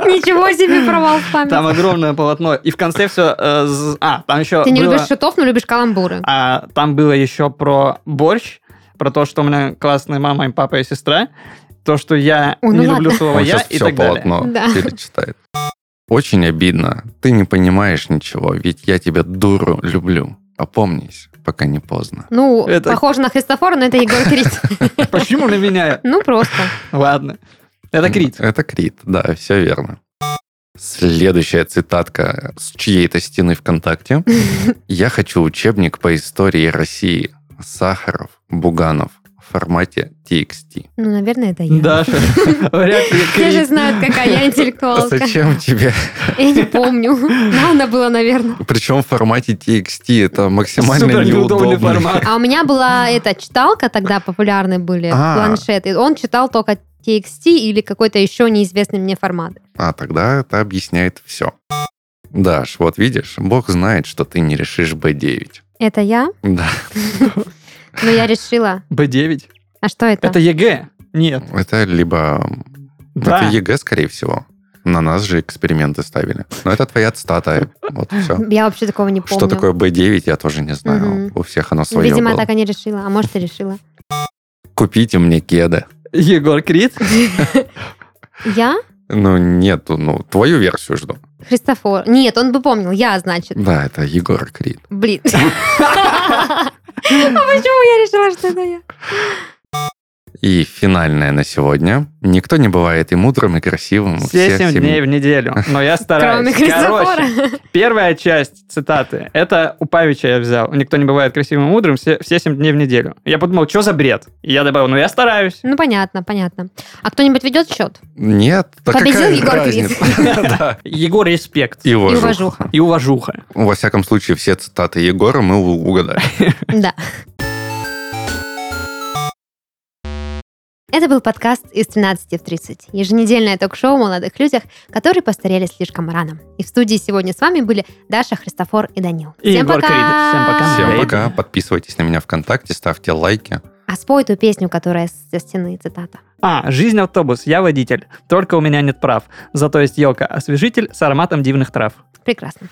Speaker 1: Ничего себе провал в память.
Speaker 3: Там огромное полотно. И в конце все... А, там еще
Speaker 1: Ты не
Speaker 3: было-
Speaker 1: любишь шутов, но любишь каламбуры.
Speaker 3: А там было еще про борщ, про то, что у меня классная мама и папа и сестра, то, что я
Speaker 1: Ой, ну
Speaker 3: не
Speaker 1: ладно.
Speaker 3: люблю слово
Speaker 2: Он
Speaker 3: «я»
Speaker 2: сейчас
Speaker 3: и
Speaker 2: все
Speaker 3: так далее.
Speaker 2: полотно
Speaker 1: Да.
Speaker 2: перечитает. Очень обидно. Ты не понимаешь ничего, ведь я тебя, дуру, люблю. Опомнись, пока не поздно.
Speaker 1: Ну,
Speaker 3: Это-
Speaker 1: похоже на Христофора, но это Егор Крид.
Speaker 3: Почему на меня?
Speaker 1: Ну, просто.
Speaker 3: Ладно. Это Крит.
Speaker 2: Это Крит, да, все верно. Следующая цитатка с чьей-то стены
Speaker 3: [LAUGHS]
Speaker 2: ВКонтакте. Я хочу учебник по истории России. Сахаров, Буганов в формате TXT.
Speaker 1: Ну, наверное, это я. [LAUGHS]
Speaker 3: Даша. Вряд ли
Speaker 1: Все же
Speaker 3: Крит.
Speaker 1: знают, какая я интеллектуалка.
Speaker 2: Зачем тебе?
Speaker 1: Я не помню. Надо было, наверное.
Speaker 2: Причем в формате TXT это максимально
Speaker 3: Супер неудобный
Speaker 2: неудобный
Speaker 3: формат.
Speaker 1: А у меня была эта читалка тогда популярны были,
Speaker 2: А.
Speaker 1: планшет. И он читал только TXT или какой-то еще неизвестный мне формат.
Speaker 2: А тогда это объясняет все. Даш, вот видишь, Бог знает, что ты не решишь B9.
Speaker 1: Это я?
Speaker 2: Да,
Speaker 1: Но я решила.
Speaker 3: Б9.
Speaker 1: А что это?
Speaker 3: Это ЕГЭ. Нет.
Speaker 2: это либо
Speaker 3: Да.
Speaker 2: Это ЕГЭ, скорее всего. На нас же эксперименты ставили. Но это твоя цитата. Вот все.
Speaker 1: Я вообще такого не помню.
Speaker 2: Что такое Б9, я тоже не знаю.
Speaker 1: Мгм.
Speaker 2: У всех оно свое
Speaker 1: Видимо,
Speaker 2: было.
Speaker 1: так и не решила. А может, и решила.
Speaker 2: Купите мне кеды.
Speaker 3: Егор Крид.
Speaker 1: Я?
Speaker 2: Ну, нету, ну, твою версию жду.
Speaker 1: Христофор. Нет, он бы помнил. Я, значит.
Speaker 2: Да, это Егор Крид. [LAUGHS]
Speaker 1: Блин. А почему я решила, что это я?
Speaker 2: И финальное на сегодня. Никто не бывает и мудрым, и красивым. и
Speaker 3: Все
Speaker 2: Ну, всем
Speaker 3: семь дней в неделю. Но
Speaker 1: Кроме
Speaker 3: я стараюсь. Короче,
Speaker 1: Христофора.
Speaker 3: первая часть цитаты. Это у Павича я взял. Никто не бывает красивым и мудрым. Все все семь дней в неделю. Я подумал, что за бред? И я добавил, ну я стараюсь.
Speaker 1: Ну, понятно, понятно. А кто-нибудь ведет счет?
Speaker 2: Нет, да
Speaker 1: Победил
Speaker 2: какая
Speaker 1: Егор Крид. [LAUGHS]
Speaker 2: разница? Да.
Speaker 3: Егор респект.
Speaker 2: И
Speaker 1: И
Speaker 2: уважуха.
Speaker 1: уважуха.
Speaker 3: И уважуха.
Speaker 2: Во всяком случае, все цитаты Егора мы у- угадали.
Speaker 1: Да. Это был подкаст «Из 13 в 30». Еженедельное ток-шоу о молодых людях, которые постарели слишком рано. И в студии сегодня с вами были Даша, Христофор и Данил.
Speaker 3: И Егор Крид. Всем пока.
Speaker 2: Всем
Speaker 3: Эй.
Speaker 2: пока. Подписывайтесь на меня ВКонтакте, ставьте лайки.
Speaker 1: А спой ту песню, которая со стены, цитата.
Speaker 3: А, жизнь автобус, я водитель, только у меня нет прав. Зато есть елка освежитель с ароматом дивных трав.
Speaker 1: Прекрасно.